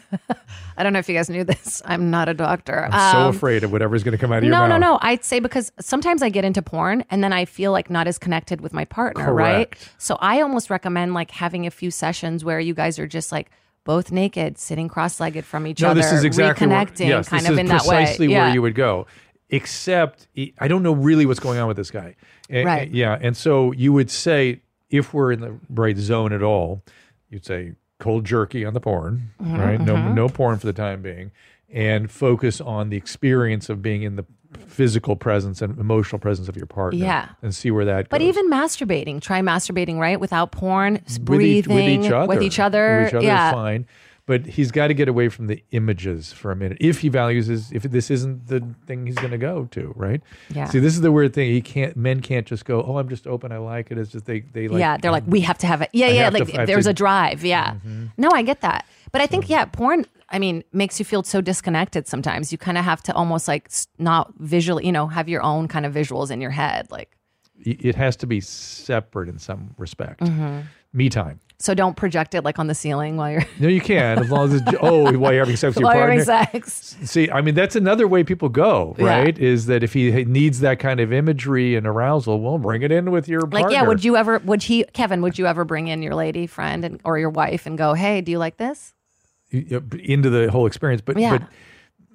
Speaker 2: I don't know if you guys knew this. I'm not a doctor.
Speaker 1: am so
Speaker 2: Um,
Speaker 1: afraid of whatever's going to come out of your
Speaker 2: no,
Speaker 1: mouth.
Speaker 2: no, no. I'd say because sometimes I get into porn and then I feel like not as connected with my partner,
Speaker 1: Correct.
Speaker 2: right? So I almost recommend like having a few sessions where you guys are just like both naked, sitting cross-legged from each
Speaker 1: No,
Speaker 2: other,
Speaker 1: this is exactly where-
Speaker 2: reconnecting,
Speaker 1: yes,
Speaker 2: kind
Speaker 1: this
Speaker 2: of
Speaker 1: is
Speaker 2: in that way.
Speaker 1: precisely where
Speaker 2: Yeah.
Speaker 1: you would go. Except he- I don't know really what's going on with this guy. And-
Speaker 2: Right.
Speaker 1: and- yeah. And so you would say if we're in the right zone at all, you'd say cold jerky on the porn,
Speaker 2: Mm-hmm,
Speaker 1: right? No, no porn for the time being, and focus on the experience of being in the physical presence and emotional presence of your partner.
Speaker 2: Yeah.
Speaker 1: And see where that.
Speaker 2: But
Speaker 1: goes.
Speaker 2: even masturbating, try masturbating, right? Without porn, s-
Speaker 1: with each,
Speaker 2: breathing
Speaker 1: with each other.
Speaker 2: With each other,
Speaker 1: With each other
Speaker 2: yeah.
Speaker 1: is fine. But he's got to get away from the images for a minute. If he values his, if this isn't the thing he's going to go to, right?
Speaker 2: Yeah.
Speaker 1: See, this is the weird thing. He can't. Men can't just go. Oh, I'm just open. I like it. It's just they. They like.
Speaker 2: yeah, they're like, we have to have it. Yeah, yeah.
Speaker 1: have to-
Speaker 2: Like
Speaker 1: I have
Speaker 2: there's
Speaker 1: to- Mm-hmm.
Speaker 2: a drive. Yeah. No, I get that. But I think, yeah, porn, I mean, makes you feel so disconnected sometimes. You kind of have to almost like s- not visually, you know, have your own kind of visuals in your head. Like,
Speaker 1: It has to be separate in some respect.
Speaker 2: Mm-hmm.
Speaker 1: Me time.
Speaker 2: so don't project it like on the ceiling while you're,
Speaker 1: No, you can as long as it's, (laughs) oh, while you're having sex with your
Speaker 2: while you're
Speaker 1: partner.
Speaker 2: having sex.
Speaker 1: See, I mean, that's another way people go,
Speaker 2: Yeah.
Speaker 1: right? Is that if he needs that kind of imagery and arousal, well, bring it in with your
Speaker 2: Like,
Speaker 1: partner.
Speaker 2: yeah, would you ever, would he, Kevin, would you ever bring in your lady friend and, or your wife and go, hey, do you like this?
Speaker 1: you- into the whole experience. But
Speaker 2: Yeah.
Speaker 1: but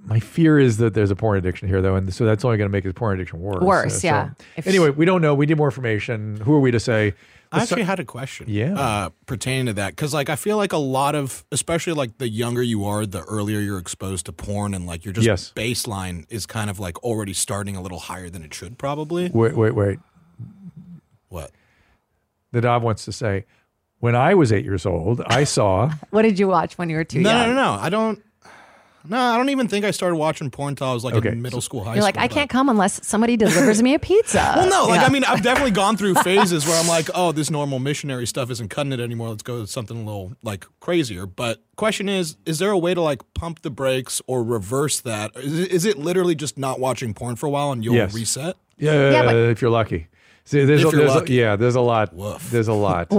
Speaker 1: my fear is that there's a porn addiction here, though, and so that's only going to make his porn addiction worse.
Speaker 2: Worse,
Speaker 1: Uh, so-
Speaker 2: yeah. If-
Speaker 1: anyway, we don't know. We need more information. Who are we to say?
Speaker 4: I actually had a question.
Speaker 1: Yeah.
Speaker 4: Uh, pertaining to that, because like I feel like a lot of, especially like the younger you are, the earlier you're exposed to porn, and like your just
Speaker 1: Yes.
Speaker 4: baseline is kind of like already starting a little higher than it should probably.
Speaker 1: Wait, wait, wait.
Speaker 4: What?
Speaker 1: The Dom wants to say. When I was eight years old, I saw.
Speaker 2: What did you watch when you were too
Speaker 4: No,
Speaker 2: young?
Speaker 4: no, no, no. I don't. No, I don't even think I started watching porn until I was like
Speaker 1: Okay.
Speaker 4: in middle school, high
Speaker 2: You're
Speaker 4: school.
Speaker 2: like, I
Speaker 4: but-
Speaker 2: can't come unless somebody delivers me a pizza.
Speaker 4: Well, no, like
Speaker 2: Yeah.
Speaker 4: I mean, I've definitely gone
Speaker 2: (laughs)
Speaker 4: through phases where I'm like, oh, this normal missionary stuff isn't cutting it anymore. Let's go to something a little like crazier. But question is, is there a way to like pump the brakes or reverse that? Is it, is it literally just not watching porn for a while and you'll
Speaker 1: Yes.
Speaker 4: reset?
Speaker 1: Yeah,
Speaker 2: but-
Speaker 1: if you're lucky. See, there's,
Speaker 4: If
Speaker 1: a,
Speaker 4: you're
Speaker 1: there's a-
Speaker 4: lucky.
Speaker 1: yeah, there's a lot.
Speaker 4: Woof.
Speaker 1: There's a
Speaker 2: (laughs)
Speaker 1: lot.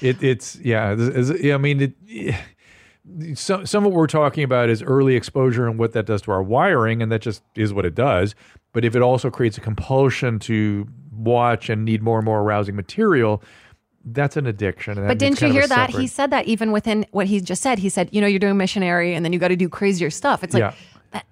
Speaker 1: It, it's yeah, there's- there's- yeah, I mean, it, some some of what we're talking about is early exposure and what that does to our wiring, and that just is what it does. But if it also creates a compulsion to watch and need more and more arousing material, that's an addiction. and that
Speaker 2: But
Speaker 1: needs kind
Speaker 2: didn't you
Speaker 1: of a
Speaker 2: hear that? He
Speaker 1: separate-
Speaker 2: said that even within what he just said. He said, you know, you're doing missionary and then you got to do crazier stuff. It's like
Speaker 1: Yeah.
Speaker 2: that-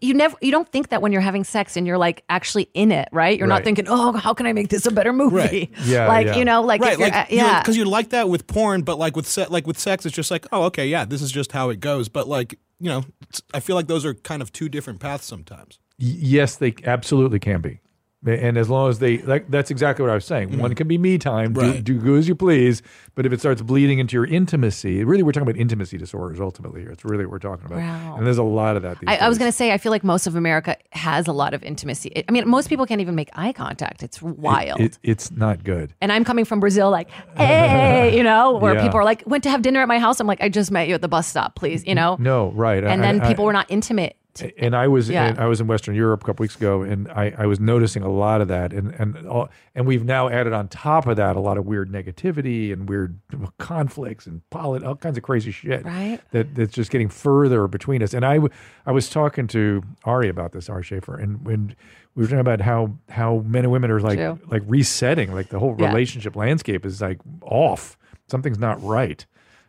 Speaker 2: you never you don't think that when you're having sex and you're like actually in it, right? You're
Speaker 1: Right.
Speaker 2: not thinking, "Oh, how can I make this a better movie?" (laughs)
Speaker 4: Right.
Speaker 1: Yeah,
Speaker 2: like,
Speaker 1: yeah.
Speaker 2: you know, like,
Speaker 4: Right,
Speaker 2: if you're,
Speaker 4: like
Speaker 2: uh, yeah.
Speaker 4: because you like that with porn, but like with se- like with sex, it's just like, oh, okay, yeah, this is just how it goes. But like, you know, it's- I feel like those are kind of two different paths sometimes.
Speaker 1: Y- yes, they absolutely can be. And as long as they, like, that's exactly what I was saying. One can be me time, do-
Speaker 4: Right.
Speaker 1: do, go as you please. But if it starts bleeding into your intimacy, really, we're talking about intimacy disorders ultimately here. It's really what we're talking about.
Speaker 2: Wow.
Speaker 1: And there's a lot of that. These
Speaker 2: I, I was
Speaker 1: days.
Speaker 2: going to say, I feel like most of America has a lot of intimacy. I mean, most people can't even make eye contact. It's wild.
Speaker 1: It, it's not good.
Speaker 2: and I'm coming from Brazil, like, hey, you know, where
Speaker 1: (laughs) Yeah.
Speaker 2: people are like, went to have dinner at my house. I'm like, I just met you at the bus stop, please, you know?
Speaker 1: No, right.
Speaker 2: And then people were not intimate.
Speaker 1: and I was
Speaker 2: Yeah.
Speaker 1: and I was in Western Europe a couple weeks ago, and I, I was noticing a lot of that, and and all, and we've now added on top of that a lot of weird negativity and weird conflicts and polit- all kinds of crazy shit.
Speaker 2: Right.
Speaker 1: That that's just getting further between us. And I w- I was talking to Ari about this, Ari Schaefer, and when we were talking about how how men and women are like
Speaker 2: True.
Speaker 1: like resetting, like the whole
Speaker 2: Yeah.
Speaker 1: relationship landscape is like off. something's not right.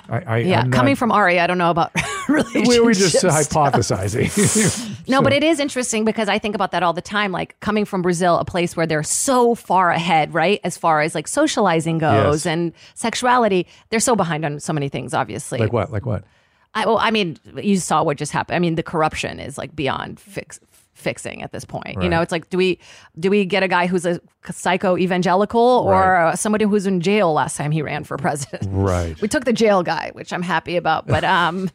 Speaker 1: I, I
Speaker 2: Yeah,
Speaker 1: I'm not-
Speaker 2: coming from Ari, I don't know about (laughs) relationships.
Speaker 1: we were just uh, hypothesizing. (laughs)
Speaker 2: (laughs) No, but it is interesting because I think about that all the time. Like coming from Brazil, a place where they're so far ahead, right? As far as like socializing goes
Speaker 1: Yes.
Speaker 2: and sexuality, they're so behind on so many things, obviously.
Speaker 1: like what? Like what?
Speaker 2: I, well, I mean, you saw what just happened. I mean, the corruption is like beyond fix, fixing at this point. You know,
Speaker 1: Right.
Speaker 2: it's like, do we do we get a guy who's a psycho evangelical or
Speaker 1: Right.
Speaker 2: uh, somebody who was in jail last time he ran for president?
Speaker 1: Right.
Speaker 2: We took the jail guy, which I'm happy about,
Speaker 1: (laughs)
Speaker 2: but um.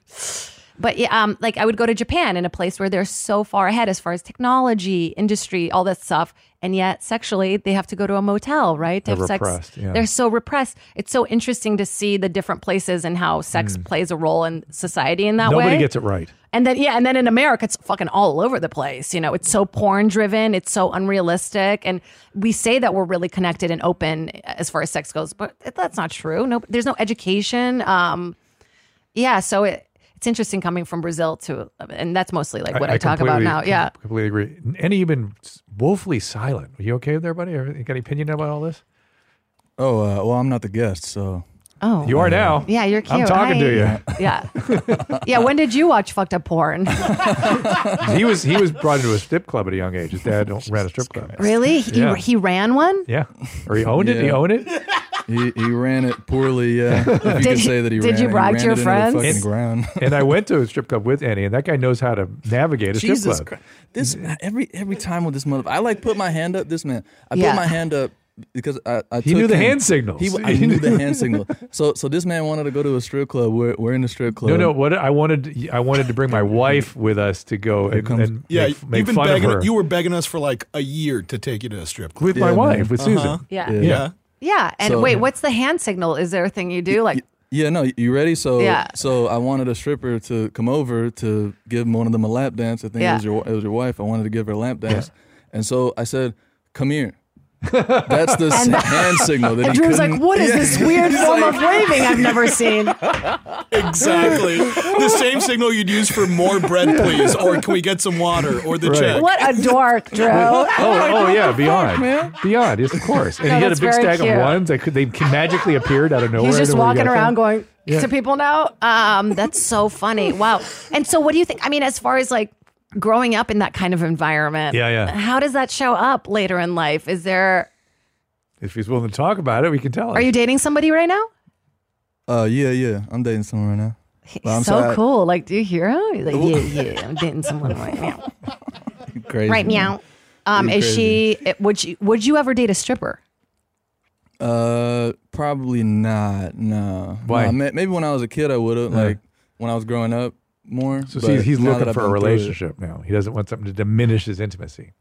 Speaker 2: But yeah, um, like I would go to Japan in a place where they're so far ahead as far as technology, industry, all that stuff, and yet sexually they have to go to a motel, right? To
Speaker 1: They're
Speaker 2: have sex.
Speaker 1: repressed, yeah.
Speaker 2: They're so repressed. It's so interesting to see the different places and how sex plays a role in society in that
Speaker 1: Hmm. Nobody
Speaker 2: way.
Speaker 1: gets it right.
Speaker 2: and then yeah, and then in America it's fucking all over the place. You know, it's so porn driven, it's so unrealistic, and we say that we're really connected and open as far as sex goes, but that's not true. No, there's no education. Um, yeah, so it. It's interesting coming from Brazil to, and that's mostly like what I, talk about
Speaker 1: completely-
Speaker 2: now. Yeah,
Speaker 1: com- completely agree. And you've been woefully silent. Are you okay there, buddy? Or You got any opinion about all this?
Speaker 6: Oh, uh, well, I'm not the guest, so
Speaker 2: Oh,
Speaker 1: You are now.
Speaker 2: Yeah, you're cute.
Speaker 1: I'm talking to
Speaker 2: Hi.
Speaker 1: you.
Speaker 2: Yeah.
Speaker 1: (laughs)
Speaker 2: Yeah. When did you watch fucked up porn? (laughs)
Speaker 1: He was he was brought into a strip club at a young age. His dad don't- ran a strip club.
Speaker 2: really? He,
Speaker 1: Yeah.
Speaker 2: he ran one?
Speaker 1: Yeah, or he owned it. He
Speaker 6: Yeah.
Speaker 1: owned it.
Speaker 6: he, he ran it poorly.
Speaker 2: (laughs)
Speaker 6: Yeah, if you
Speaker 2: Did
Speaker 6: could
Speaker 2: he-
Speaker 6: say that he
Speaker 2: did
Speaker 6: ran
Speaker 2: you
Speaker 6: it. He
Speaker 2: bribe
Speaker 6: ran
Speaker 2: your
Speaker 6: it into the
Speaker 2: friends?
Speaker 6: fucking
Speaker 1: It's-
Speaker 2: (laughs)
Speaker 6: ground.
Speaker 1: And I went to a strip club with Annie, and that guy knows how to navigate a strip
Speaker 6: Jesus
Speaker 1: club.
Speaker 6: Christ. This every every time with this motherfucker. I like put my hand up. This man, I
Speaker 2: Yeah.
Speaker 6: put my hand up because I, I
Speaker 1: He
Speaker 6: took
Speaker 1: knew the
Speaker 6: him-
Speaker 1: hand signals.
Speaker 6: He, I knew the hand signal. So so this man wanted to go to a strip club. We're, we're in the strip club.
Speaker 1: No, no. What I wanted, I wanted to bring my wife with us to go and,
Speaker 6: comes-
Speaker 1: and
Speaker 4: Yeah,
Speaker 1: make,
Speaker 4: you've
Speaker 1: make
Speaker 4: been
Speaker 1: fun
Speaker 4: begging.
Speaker 1: of her
Speaker 4: You were begging us for like a year to take you to a strip club.
Speaker 1: with my
Speaker 6: Yeah,
Speaker 1: wife,
Speaker 6: man.
Speaker 1: with Susan.
Speaker 2: Yeah.
Speaker 6: Yeah.
Speaker 2: Uh-huh. Yeah.
Speaker 4: Yeah.
Speaker 2: And
Speaker 6: So-
Speaker 2: wait, what's the hand signal? Is there a thing you do? Like,
Speaker 6: Yeah, no, you ready? So
Speaker 2: Yeah.
Speaker 6: so I wanted a stripper to come over to give one of them a lap dance. I think
Speaker 2: Yeah.
Speaker 6: it was your it was your wife. I wanted to give her a lap dance, and so I said, "Come here."
Speaker 2: (laughs)
Speaker 6: That's the s- hand signal that
Speaker 2: and
Speaker 6: he
Speaker 2: Drew's
Speaker 6: couldn't.
Speaker 2: like, what is this
Speaker 6: (laughs)
Speaker 2: weird form of waving I've never seen?
Speaker 4: Exactly. the same signal you'd use for more bread, please, or can we get some water or the check.
Speaker 2: What a dork, (laughs) Drew.
Speaker 1: Oh, oh yeah, beyond, beyond, yes, of course. And
Speaker 2: No,
Speaker 1: he had a
Speaker 2: that's
Speaker 1: big
Speaker 2: very
Speaker 1: stack
Speaker 2: cute.
Speaker 1: of ones. They could, they magically appeared out of nowhere.
Speaker 2: He was
Speaker 1: I
Speaker 2: just
Speaker 1: don't know where he
Speaker 2: walking
Speaker 1: got
Speaker 2: around
Speaker 1: them.
Speaker 2: going
Speaker 1: Yeah.
Speaker 2: to people now. Um, that's so funny. Wow. And so, what do you think? I mean, as far as like growing up in that kind of environment,
Speaker 1: Yeah, yeah.
Speaker 2: How does that show up later in life? Is there?
Speaker 1: If he's willing to talk about it, we can tell.
Speaker 2: Are you dating somebody right now?
Speaker 6: Uh, yeah, yeah. I'm dating someone right now. Well, I'm
Speaker 2: so
Speaker 6: sorry.
Speaker 2: cool. Like, do you hear him? He's like, yeah,
Speaker 6: (laughs)
Speaker 2: yeah. I'm dating someone right now.
Speaker 6: Crazy.
Speaker 2: Right
Speaker 6: man.
Speaker 2: now. Um,
Speaker 6: You're
Speaker 2: is she? it- Would you? Would you ever date a stripper?
Speaker 6: Uh, probably not. No.
Speaker 1: Why?
Speaker 6: No, ma- maybe when I was a kid, I would have. Like when I was growing up more.
Speaker 1: So
Speaker 6: but
Speaker 1: see, he's
Speaker 6: now that
Speaker 1: looking
Speaker 6: I've
Speaker 1: for a
Speaker 6: been through it-
Speaker 1: relationship now. He doesn't want something to diminish his intimacy.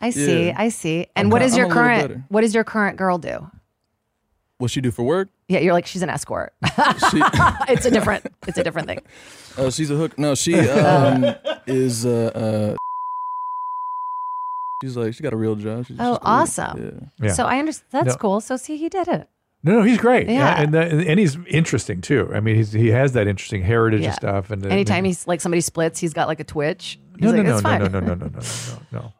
Speaker 2: I see.
Speaker 6: Yeah.
Speaker 2: I see. And
Speaker 6: I'm
Speaker 2: what
Speaker 6: ki-
Speaker 2: is
Speaker 6: I'm
Speaker 2: your
Speaker 6: a little
Speaker 2: current?
Speaker 6: better.
Speaker 2: What does your current girl do?
Speaker 6: What she do
Speaker 2: (laughs)
Speaker 6: for work?
Speaker 2: Yeah, you're like she's an escort. (laughs)
Speaker 6: She,
Speaker 2: it's a different. It's a different thing.
Speaker 6: uh, (laughs) she's a hook. No, she um, is. Uh, uh, she's like she got a real job. She's,
Speaker 2: Oh,
Speaker 6: she's cool.
Speaker 2: awesome.
Speaker 6: Yeah.
Speaker 1: Yeah.
Speaker 2: So I understand. That's
Speaker 1: No.
Speaker 2: cool. So see, he did it.
Speaker 1: No, no, he's great.
Speaker 2: Yeah.
Speaker 1: and that, and he's interesting too. I mean, he's he has that interesting heritage
Speaker 2: Yeah.
Speaker 1: and stuff. And
Speaker 2: Anytime
Speaker 1: and,
Speaker 2: he's like somebody splits, he's got like a twitch. He's
Speaker 1: Uh, no,
Speaker 2: like,
Speaker 1: no,
Speaker 2: "It's
Speaker 1: no,
Speaker 2: fine."
Speaker 1: no, no, no, no, no, no, no,
Speaker 2: (laughs)
Speaker 1: no.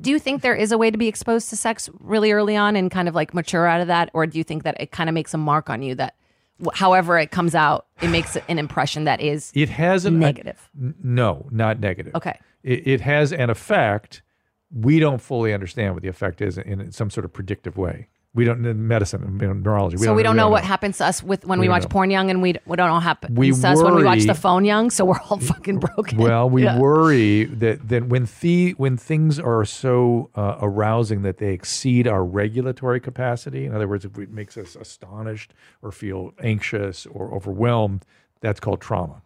Speaker 2: Do you think there is a way to be exposed to sex really early on and kind of like mature out of that, or do you think that it kind of makes a mark on you that, wh- however it comes out, it makes an impression that is
Speaker 1: It has an
Speaker 2: negative?
Speaker 1: N- No, not negative.
Speaker 2: Okay.
Speaker 1: It, it has an effect. We don't fully understand what the effect is in, in some sort of predictive way. We don't in medicine, in neurology.
Speaker 2: so we don't know what
Speaker 1: happens.
Speaker 2: happens to us with when we,
Speaker 1: don't
Speaker 2: watch
Speaker 1: know.
Speaker 2: porn young, and we, d- we don't know what happens
Speaker 1: We
Speaker 2: to us when we watch
Speaker 1: worry-
Speaker 2: the phone young. So we're all (laughs) fucking broken.
Speaker 1: Well, we
Speaker 2: Yeah.
Speaker 1: worry that that when the when things are so uh, arousing that they exceed our regulatory capacity. In other words, if it makes us astonished or feel anxious or overwhelmed, that's called trauma.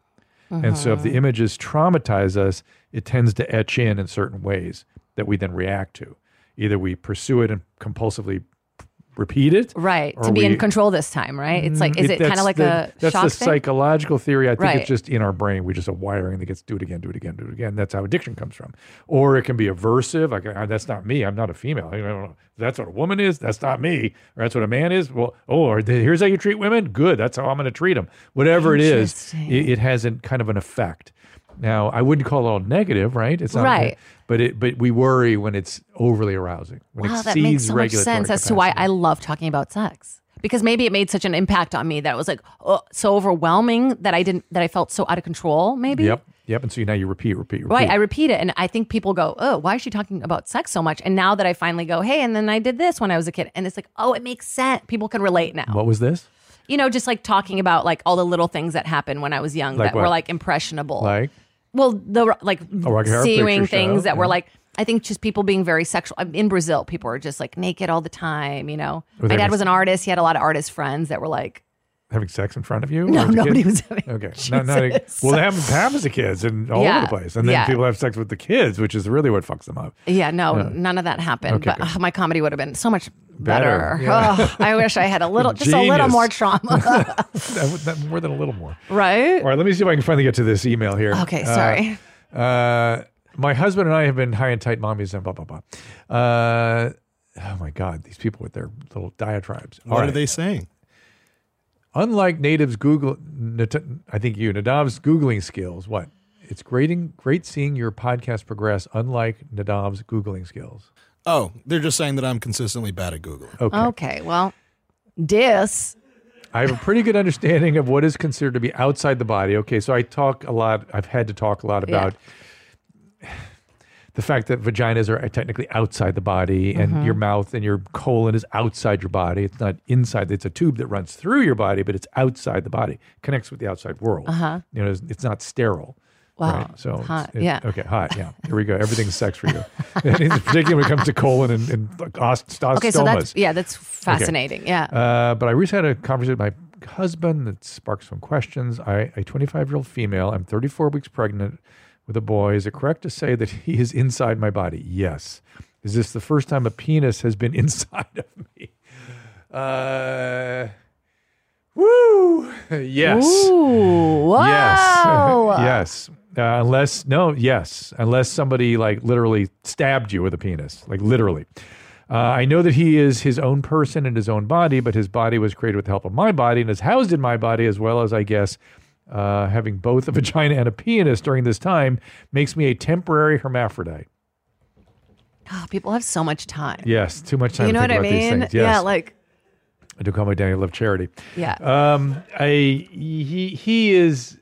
Speaker 1: And so, if the
Speaker 2: Uh-huh.
Speaker 1: images traumatize us, it tends to etch in in certain ways that we then react to. Either we pursue it and compulsively repeat it,
Speaker 2: Right
Speaker 1: or
Speaker 2: to be
Speaker 1: we- Mm-hmm.
Speaker 2: in control this time, right? It's like, is it, kind
Speaker 1: that's
Speaker 2: of like
Speaker 1: the-
Speaker 2: a
Speaker 1: that's
Speaker 2: shock
Speaker 1: the
Speaker 2: thing?
Speaker 1: psychological theory. I think
Speaker 2: Right.
Speaker 1: it's just in our brain. We just a wiring that gets do it again, do it again, do it again. That's how addiction comes from. Or it can be aversive. Like "Ah, that's not me. I'm not a female. I don't know. That's what a woman is. That's not me. Or that's what a man is. Well, oh, or the- here's how you treat women. Good. That's how I'm going to treat them. Whatever it is,
Speaker 2: Interesting.
Speaker 1: it, it has a kind of an effect. Now, I wouldn't call it all negative, right? It's not,
Speaker 2: Right.
Speaker 1: But it, but we worry when it's overly arousing. When it
Speaker 2: Wow, Oh, that
Speaker 1: exceeds
Speaker 2: makes so much
Speaker 1: regulatory
Speaker 2: sense as to why
Speaker 1: capacity.
Speaker 2: I love talking about sex because maybe it made such an impact on me that it was like oh, so overwhelming that I didn't that I felt so out of control. Maybe
Speaker 1: Yep. Yep. And so now you repeat, repeat, repeat.
Speaker 2: Right, I repeat it, and I think people go, "Oh, why is she talking about sex so much?" And now that I finally go, "Hey," and then I did this when I was a kid, and it's like, "Oh, it makes sense." People can relate now.
Speaker 1: what was this?
Speaker 2: you know, just like talking about like all the little things that happened when I was young
Speaker 1: Like
Speaker 2: that
Speaker 1: what?
Speaker 2: were like impressionable.
Speaker 1: Like,
Speaker 2: well, the like
Speaker 1: Rocky Horror
Speaker 2: seeing
Speaker 1: Picture
Speaker 2: things
Speaker 1: Show,
Speaker 2: that were
Speaker 1: yeah.
Speaker 2: like. I think just people being very sexual I- in Brazil, people are just like naked all the time. You know,
Speaker 1: Were
Speaker 2: my
Speaker 1: they
Speaker 2: dad
Speaker 1: mis-
Speaker 2: was an artist. He had a lot of artist friends that were like,
Speaker 1: having sex in front of you?
Speaker 2: no,
Speaker 1: as a kid?
Speaker 2: nobody was having. (laughs)
Speaker 1: Okay. No, no, they-
Speaker 2: Jesus.
Speaker 1: well, that happens, happens to kids and all
Speaker 2: Yeah.
Speaker 1: over the place. And then
Speaker 2: Yeah.
Speaker 1: people have sex with the kids, which is really what fucks them up.
Speaker 2: Yeah, no, none of that happened.
Speaker 1: Okay,
Speaker 2: but
Speaker 1: good.
Speaker 2: ugh, my comedy would have been so much
Speaker 1: Better,
Speaker 2: better. (laughs)
Speaker 1: yeah.
Speaker 2: Ugh, I wish I had a little, just a little
Speaker 1: Genius.
Speaker 2: more trauma, (laughs)
Speaker 1: That would- that- more than a little more.
Speaker 2: right?
Speaker 1: (laughs) All right. Let me see if I can finally get to this email here.
Speaker 2: okay,
Speaker 1: Uh,
Speaker 2: sorry.
Speaker 1: Uh, my husband and I have been high and tight mommies and blah blah blah. Uh, oh my God, these people with their little diatribes. All
Speaker 4: What are
Speaker 1: right.
Speaker 4: they saying?
Speaker 1: Unlike natives, Google. Nat- I think you Nadav's googling skills. What? It's great, great seeing your podcast progress. Unlike Nadav's googling skills.
Speaker 4: Oh, they're just saying that I'm consistently bad at Google.
Speaker 1: Okay.
Speaker 2: okay, well, dis.
Speaker 1: I have a pretty good understanding of what is considered to be outside the body. Okay, so I talk a lot. I've had to talk a lot
Speaker 2: Yeah.
Speaker 1: about the fact that vaginas are technically outside the body, and
Speaker 2: Mm-hmm.
Speaker 1: your mouth and your colon is outside your body. It's not inside. It's a tube that runs through your body, but it's outside the body. Connects with the outside world. Uh-huh. You know, it's, it's not sterile.
Speaker 2: Wow,
Speaker 1: So it's-
Speaker 2: hot,
Speaker 1: it-
Speaker 2: yeah.
Speaker 1: Okay. Hot. Yeah. Here we go. Everything's sex for you, (laughs) particularly when it comes to colon and, and like osteostomas.
Speaker 2: Okay, so that's yeah, that's fascinating. Yeah.
Speaker 1: Uh, but I recently had a conversation with my husband that sparked some questions. I, a 25 year old female, I'm 34 weeks pregnant with a boy. Is it correct to say that he is inside my body? Yes. Is this the first time a penis has been (laughs) inside of me? Uh, woo! Yes.
Speaker 2: Ooh, whoa.
Speaker 1: Yes. (laughs) yes. Uh, unless no, yes, unless somebody like literally stabbed you with a penis, like literally. Uh, I know that he is his own person and his own body, but his body was created with the help of my body and is housed in my body, as well as I guess uh, having both a (laughs) vagina and a penis during this time makes me a temporary hermaphrodite.
Speaker 2: Oh, people have so much time.
Speaker 1: Yes, too much time.
Speaker 2: you know
Speaker 1: to
Speaker 2: what
Speaker 1: think
Speaker 2: I
Speaker 1: about these
Speaker 2: mean?
Speaker 1: things. Yes.
Speaker 2: Yeah, like
Speaker 1: I do call my Danny Love Charity.
Speaker 2: yeah.
Speaker 1: Um, I he he is.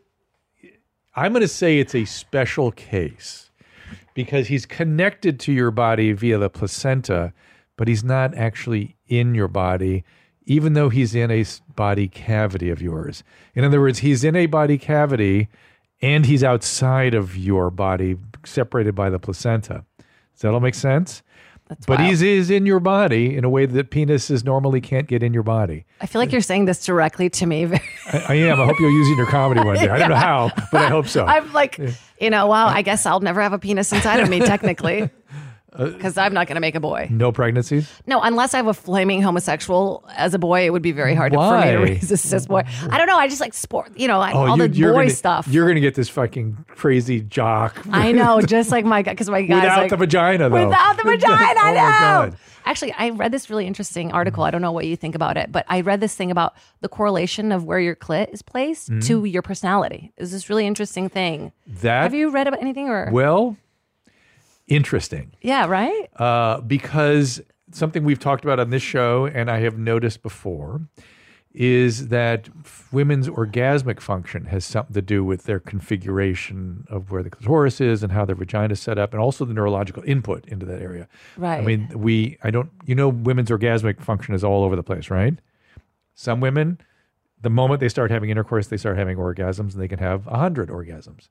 Speaker 1: I'm going to say it's a special case because he's connected to your body via the placenta, but he's not actually in your body, even though he's in a s- body cavity of yours. In other words, he's in a body cavity, and he's outside of your body, separated by the placenta. Does that all make sense? but
Speaker 2: wild.
Speaker 1: he's is in your body in a way that penises normally can't get in your body.
Speaker 2: I feel like you're saying this directly to me. (laughs)
Speaker 1: I, I am. I hope you'll use it in your comedy one day. I don't know how, but I hope so.
Speaker 2: I'm like, you know, wow, I guess I'll never have a penis
Speaker 1: (laughs)
Speaker 2: inside of me
Speaker 1: Uh,
Speaker 2: technically. Because I'm not going to make a boy.
Speaker 1: no pregnancies.
Speaker 2: No, unless I have a flaming homosexual as a boy, it would be very hard for me to
Speaker 1: Why?
Speaker 2: raise a cis boy. I don't know. I just like sport, you know, I, all the boy
Speaker 1: gonna,
Speaker 2: stuff.
Speaker 1: Oh, You're gonna get this fucking crazy jock (laughs)
Speaker 2: I know, just like my guy, because my guy's
Speaker 1: without
Speaker 2: like,
Speaker 1: the vagina though. (laughs)
Speaker 2: Without the vagina,
Speaker 1: oh
Speaker 2: I
Speaker 1: my
Speaker 2: know.
Speaker 1: god.
Speaker 2: Actually, I read this really interesting article. I don't know what you think about it, but I read this thing about the correlation of where your clit is placed to your personality. Is this really interesting thing?
Speaker 1: Mm-hmm. That
Speaker 2: Have you read about anything or?
Speaker 1: well, interesting.
Speaker 2: yeah, right.
Speaker 1: Uh, because something we've talked about on this show, and I have noticed before, is that f- women's orgasmic function has something to do with their configuration of where the clitoris is and how their vagina is set up, and also the neurological input into that area. I
Speaker 2: Right.
Speaker 1: mean, we, I don't, you know, women's orgasmic function is all over the place, right? Some women, the moment they start having intercourse, they start having orgasms, and they can have a hundred
Speaker 2: (laughs)
Speaker 1: orgasms.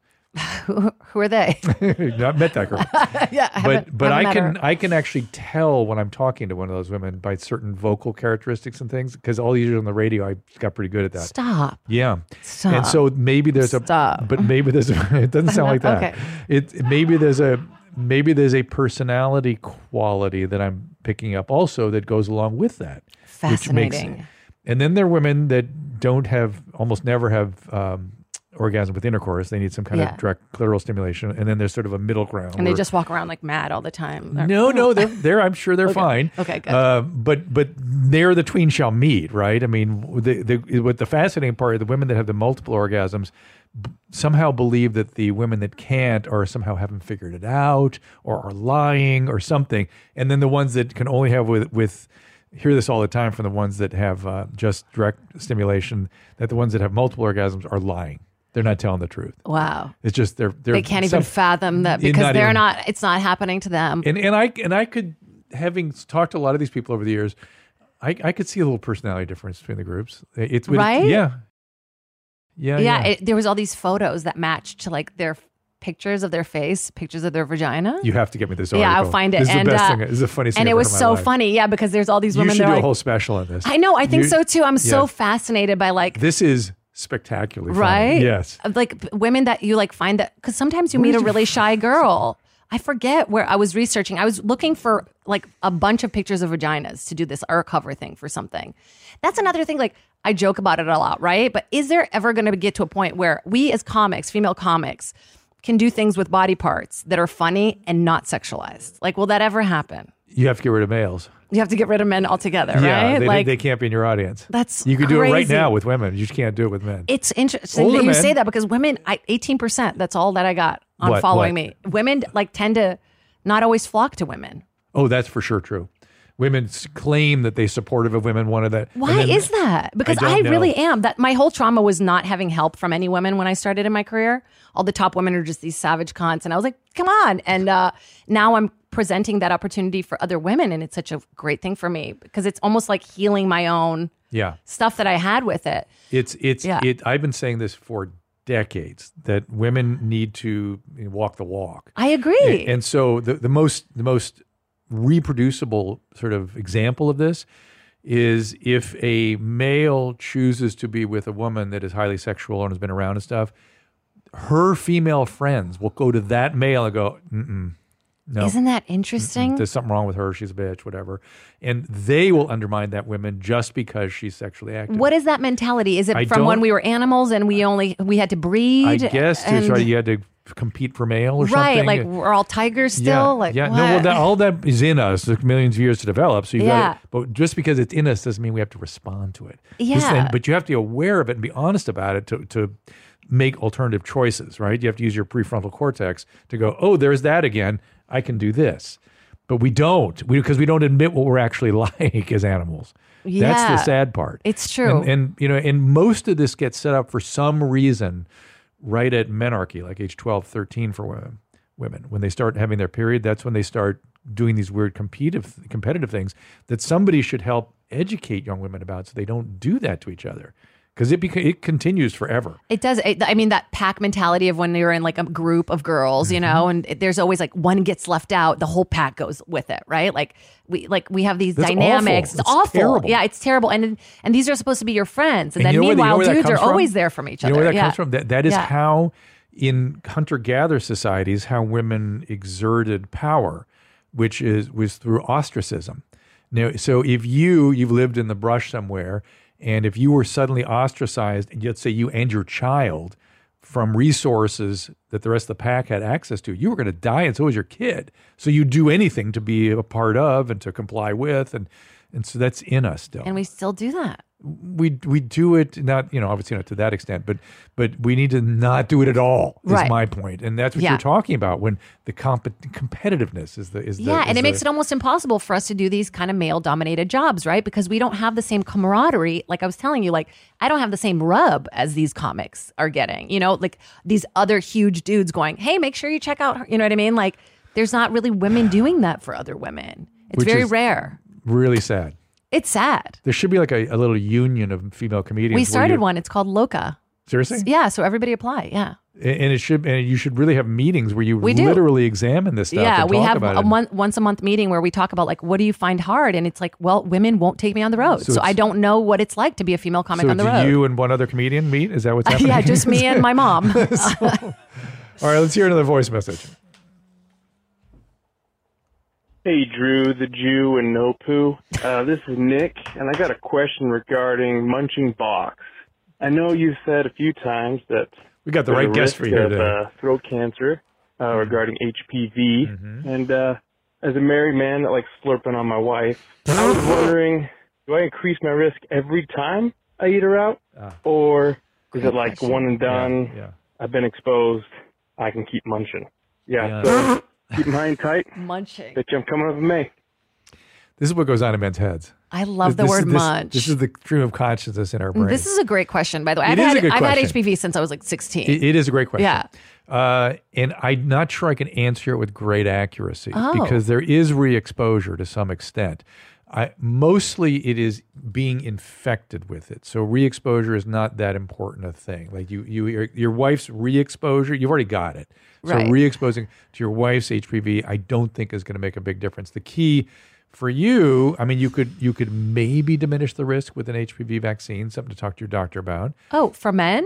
Speaker 2: Who are they? (laughs)
Speaker 1: Not met that girl
Speaker 2: yeah, (laughs) I
Speaker 1: but
Speaker 2: haven't-
Speaker 1: but
Speaker 2: haven't
Speaker 1: I
Speaker 2: met
Speaker 1: can
Speaker 2: her.
Speaker 1: I can actually tell when I'm talking to one of those women by certain vocal characteristics and things because all these years on the radio I got pretty good at that.
Speaker 2: Stop.
Speaker 1: Yeah.
Speaker 2: Stop.
Speaker 1: And so maybe there's a
Speaker 2: Stop.
Speaker 1: but maybe there's a, (laughs) it doesn't sound like that.
Speaker 2: Okay.
Speaker 1: It maybe there's a maybe there's a personality quality that I'm picking up also that goes along with that.
Speaker 2: Fascinating.
Speaker 1: and then there are women that don't have almost never have um, orgasm with intercourse. They need some kind
Speaker 2: Yeah.
Speaker 1: of direct clitoral stimulation. And then there's sort of a middle ground.
Speaker 2: And they
Speaker 1: where-
Speaker 2: just walk around like mad all the time. They're-
Speaker 1: no, no,
Speaker 2: (laughs)
Speaker 1: they're they're. I'm sure they're fine.
Speaker 2: Okay, good.
Speaker 1: Uh, but but there the tween shall meet, right? I mean, the, the what the fascinating part of the women that have the multiple orgasms b- somehow believe that the women that can't are somehow haven't figured it out or are lying or something, and then the ones that can only have with with hear this all the time from the ones that have uh, just direct stimulation that the ones that have multiple orgasms are lying. They're not telling the truth.
Speaker 2: Wow.
Speaker 1: It's just they're, they're
Speaker 2: They can't even
Speaker 1: some-
Speaker 2: fathom that
Speaker 1: You're
Speaker 2: because
Speaker 1: not
Speaker 2: they're
Speaker 1: even-
Speaker 2: not, it's not happening to them.
Speaker 1: and and I and I could having talked to a lot of these people over the years, I, I could see a little personality difference between the groups. It's it-
Speaker 2: Right?
Speaker 1: yeah, yeah,
Speaker 2: yeah.
Speaker 1: yeah.
Speaker 2: It, there was all these photos that matched to like their f- pictures of their face, pictures of their vagina.
Speaker 1: you have to get me this.
Speaker 2: Yeah, I'll
Speaker 1: article.
Speaker 2: find it.
Speaker 1: This is
Speaker 2: And,
Speaker 1: the best
Speaker 2: uh,
Speaker 1: thing. This is the funniest
Speaker 2: and
Speaker 1: thing.
Speaker 2: it
Speaker 1: I've
Speaker 2: was
Speaker 1: heard in
Speaker 2: so
Speaker 1: my life.
Speaker 2: funny. Yeah. Because there's all these
Speaker 1: You
Speaker 2: women.
Speaker 1: should do
Speaker 2: They're
Speaker 1: a
Speaker 2: like,
Speaker 1: whole special on this.
Speaker 2: I know. I think
Speaker 1: You-
Speaker 2: so too. I'm
Speaker 1: yeah.
Speaker 2: so fascinated by like,
Speaker 1: This is spectacularly funny.
Speaker 2: right?
Speaker 1: Yes.
Speaker 2: Of, Like p- women that you like find that because sometimes you
Speaker 1: Where
Speaker 2: meet
Speaker 1: did
Speaker 2: a
Speaker 1: you
Speaker 2: really shy girl. I forget where I was researching. I was looking for like a bunch of pictures of vaginas to do this or cover thing for something. That's another thing. Like I joke about it a lot, right? But is there ever going to get to a point where we as comics, female comics, can do things with body parts that are funny and not sexualized? Like, will that ever happen?
Speaker 1: You have to get rid of males.
Speaker 2: You have to get rid of men altogether,
Speaker 1: Yeah,
Speaker 2: right?
Speaker 1: they,
Speaker 2: like
Speaker 1: they can't be in your audience.
Speaker 2: That's
Speaker 1: you could do it right
Speaker 2: crazy.
Speaker 1: now with women. You just can't do it with men.
Speaker 2: It's interesting
Speaker 1: Older
Speaker 2: that you
Speaker 1: men-
Speaker 2: say that because women, I, 18%, that's all that I got on
Speaker 1: What,
Speaker 2: following
Speaker 1: what?
Speaker 2: me. Women like tend to not always flock to women.
Speaker 1: oh, that's for sure true. Women s- claim that they supportive of women. One of that. and
Speaker 2: Why
Speaker 1: then-
Speaker 2: is that? Because
Speaker 1: don't
Speaker 2: I,
Speaker 1: know.
Speaker 2: really am. That my whole trauma was not having help from any women when I started in my career. All the top women are just these savage cons, and I was like, "Come on!" And uh, now I'm presenting that opportunity for other women, and it's such a great thing for me because it's almost like healing my own
Speaker 1: Yeah.
Speaker 2: stuff that I had with it.
Speaker 1: It's it's
Speaker 2: Yeah.
Speaker 1: it. I've been saying this for decades that women need to walk the walk,
Speaker 2: I agree.
Speaker 1: and, and so the the most the most reproducible sort of example of this is if a male chooses to be with a woman that is highly sexual and has been around and stuff, her female friends will go to that male and go, Mm-mm, no,
Speaker 2: Isn't that interesting?
Speaker 1: there's something wrong with her. She's a bitch, whatever, and they will undermine that woman just because she's sexually active.
Speaker 2: What is that mentality? Is it
Speaker 1: I
Speaker 2: from when
Speaker 1: don't-
Speaker 2: we were animals and we only we had to breed?
Speaker 1: I guess to
Speaker 2: and-
Speaker 1: try, you had to compete for male or
Speaker 2: right,
Speaker 1: something.
Speaker 2: like we're all tigers still.
Speaker 1: yeah,
Speaker 2: like
Speaker 1: yeah.
Speaker 2: What?
Speaker 1: No, well, that, all that is in us. Took millions of years to develop. So you
Speaker 2: Yeah.
Speaker 1: got got, but just because it's in us doesn't mean we have to respond to it. This
Speaker 2: Yeah.
Speaker 1: thing- but you have to be aware of it and be honest about it to to make alternative choices. Right, you have to use your prefrontal cortex to go, oh, there's that again. I can do this. But we don't, because we, don't admit what we're actually (laughs) like as animals. That's
Speaker 2: Yeah.
Speaker 1: the sad part.
Speaker 2: It's true.
Speaker 1: And, and you know, and most of this gets set up for some reason right at menarche, like age 12, 13 for women. Women, when they start having their period, that's when they start doing these weird competitive competitive things that somebody should help educate young women about, so they don't do that to each other, because it beca- it continues forever.
Speaker 2: It does. It, I mean, that pack mentality of when you're in like a group of girls, you
Speaker 1: Mm-hmm.
Speaker 2: know, and it, there's always like one gets left out, the whole pack goes with it, right? Like we like we have these
Speaker 1: That's
Speaker 2: dynamics.
Speaker 1: awful. It's terrible.
Speaker 2: Yeah, it's terrible. And and these are supposed to be your friends, and,
Speaker 1: And you
Speaker 2: then
Speaker 1: know where- you know
Speaker 2: meanwhile,
Speaker 1: where that
Speaker 2: dudes are
Speaker 1: comes from?
Speaker 2: always there from each
Speaker 1: You
Speaker 2: other.
Speaker 1: know where that
Speaker 2: yeah.
Speaker 1: comes from? That that is
Speaker 2: Yeah.
Speaker 1: how in hunter gatherer societies how women exerted power, which is was through ostracism. Now, so if you you've lived in the brush somewhere, and if you were suddenly ostracized, and let's say you and your child from resources that the rest of the pack had access to, you were going to die, and so was your kid. So you do anything to be a part of and to comply with, and and so that's in us still
Speaker 2: And we still do that.
Speaker 1: we we do it not you know obviously not to that extent but but we need to not do it at all is
Speaker 2: Right.
Speaker 1: my point and that's what
Speaker 2: Yeah.
Speaker 1: you're talking about when the comp- competitiveness is the is the
Speaker 2: Yeah,
Speaker 1: is
Speaker 2: and it makes it
Speaker 1: the-
Speaker 2: almost impossible for us to do these kind of male dominated jobs, right? Because we don't have the same camaraderie. Like I was telling you, like I don't have the same rub as these comics are getting. You know, like these other huge dudes going, "Hey, make sure you check out." her," You know what I mean? Like there's not really women doing that for other women. It's
Speaker 1: Which
Speaker 2: very
Speaker 1: is-
Speaker 2: rare.
Speaker 1: really sad
Speaker 2: It's sad.
Speaker 1: there should be like a, a little union of female comedians
Speaker 2: We
Speaker 1: where
Speaker 2: started
Speaker 1: you-
Speaker 2: one. It's called Loca.
Speaker 1: seriously
Speaker 2: Yeah, so everybody apply. Yeah.
Speaker 1: and and it should and you should really have meetings where you
Speaker 2: We do.
Speaker 1: literally examine this stuff
Speaker 2: yeah,
Speaker 1: and
Speaker 2: we
Speaker 1: talk
Speaker 2: have
Speaker 1: about
Speaker 2: a
Speaker 1: it.
Speaker 2: month, once a month meeting where we talk about like what do you find hard, and it's like, well, women won't take me on the road, so,
Speaker 1: it's-
Speaker 2: I don't know what it's like to be a female comic
Speaker 1: so
Speaker 2: on the
Speaker 1: do
Speaker 2: road.
Speaker 1: you and one other comedian meet is that what's happening
Speaker 2: (laughs) yeah,
Speaker 1: (laughs)
Speaker 2: just me and my mom.
Speaker 1: all right let's hear another voice message
Speaker 7: Hey Drew, the Jew and no poo. Uh, this is Nick, and I got a question regarding munching box. I know you've said a few times that
Speaker 1: we got the
Speaker 7: there's
Speaker 1: right
Speaker 7: a
Speaker 1: guest for
Speaker 7: risk
Speaker 1: you here
Speaker 7: of,
Speaker 1: today Mm-hmm.
Speaker 7: uh, throat cancer uh, regarding HPV, and uh, as a married man that likes slurping on my wife, I was wondering, do I increase my risk every time I eat her out, or is it like
Speaker 2: question.
Speaker 7: one and done?
Speaker 1: Ah. yeah
Speaker 7: I've been exposed. I can keep
Speaker 1: (laughs)
Speaker 7: munching. Yeah, so keep mine tight.
Speaker 2: Munching.
Speaker 7: Bitch, I'm coming up in May.
Speaker 1: This is what goes on in men's heads.
Speaker 2: I love the
Speaker 1: This is-
Speaker 2: word
Speaker 1: this-
Speaker 2: much.
Speaker 1: This is the stream of consciousness in our brain.
Speaker 2: This is a great question, by the way. I've,
Speaker 1: It is
Speaker 2: had,
Speaker 1: a good
Speaker 2: I've had
Speaker 1: question.
Speaker 2: HPV since I was like 16.
Speaker 1: It- it is a great question.
Speaker 2: Yeah.
Speaker 1: Uh, and I'm not sure I can answer it with great accuracy
Speaker 2: Oh.
Speaker 1: because there is re-exposure to some extent. I, mostly it is being infected with it. So re-exposure is not that important a thing. Like you, you your, your wife's re-exposure, you've already got it. So
Speaker 2: Right.
Speaker 1: re-exposing to your wife's HPV, I don't think is going to make a big difference. The key for you, I mean, you could you could maybe diminish the risk with an HPV vaccine, something to talk to your doctor about
Speaker 2: oh, for men?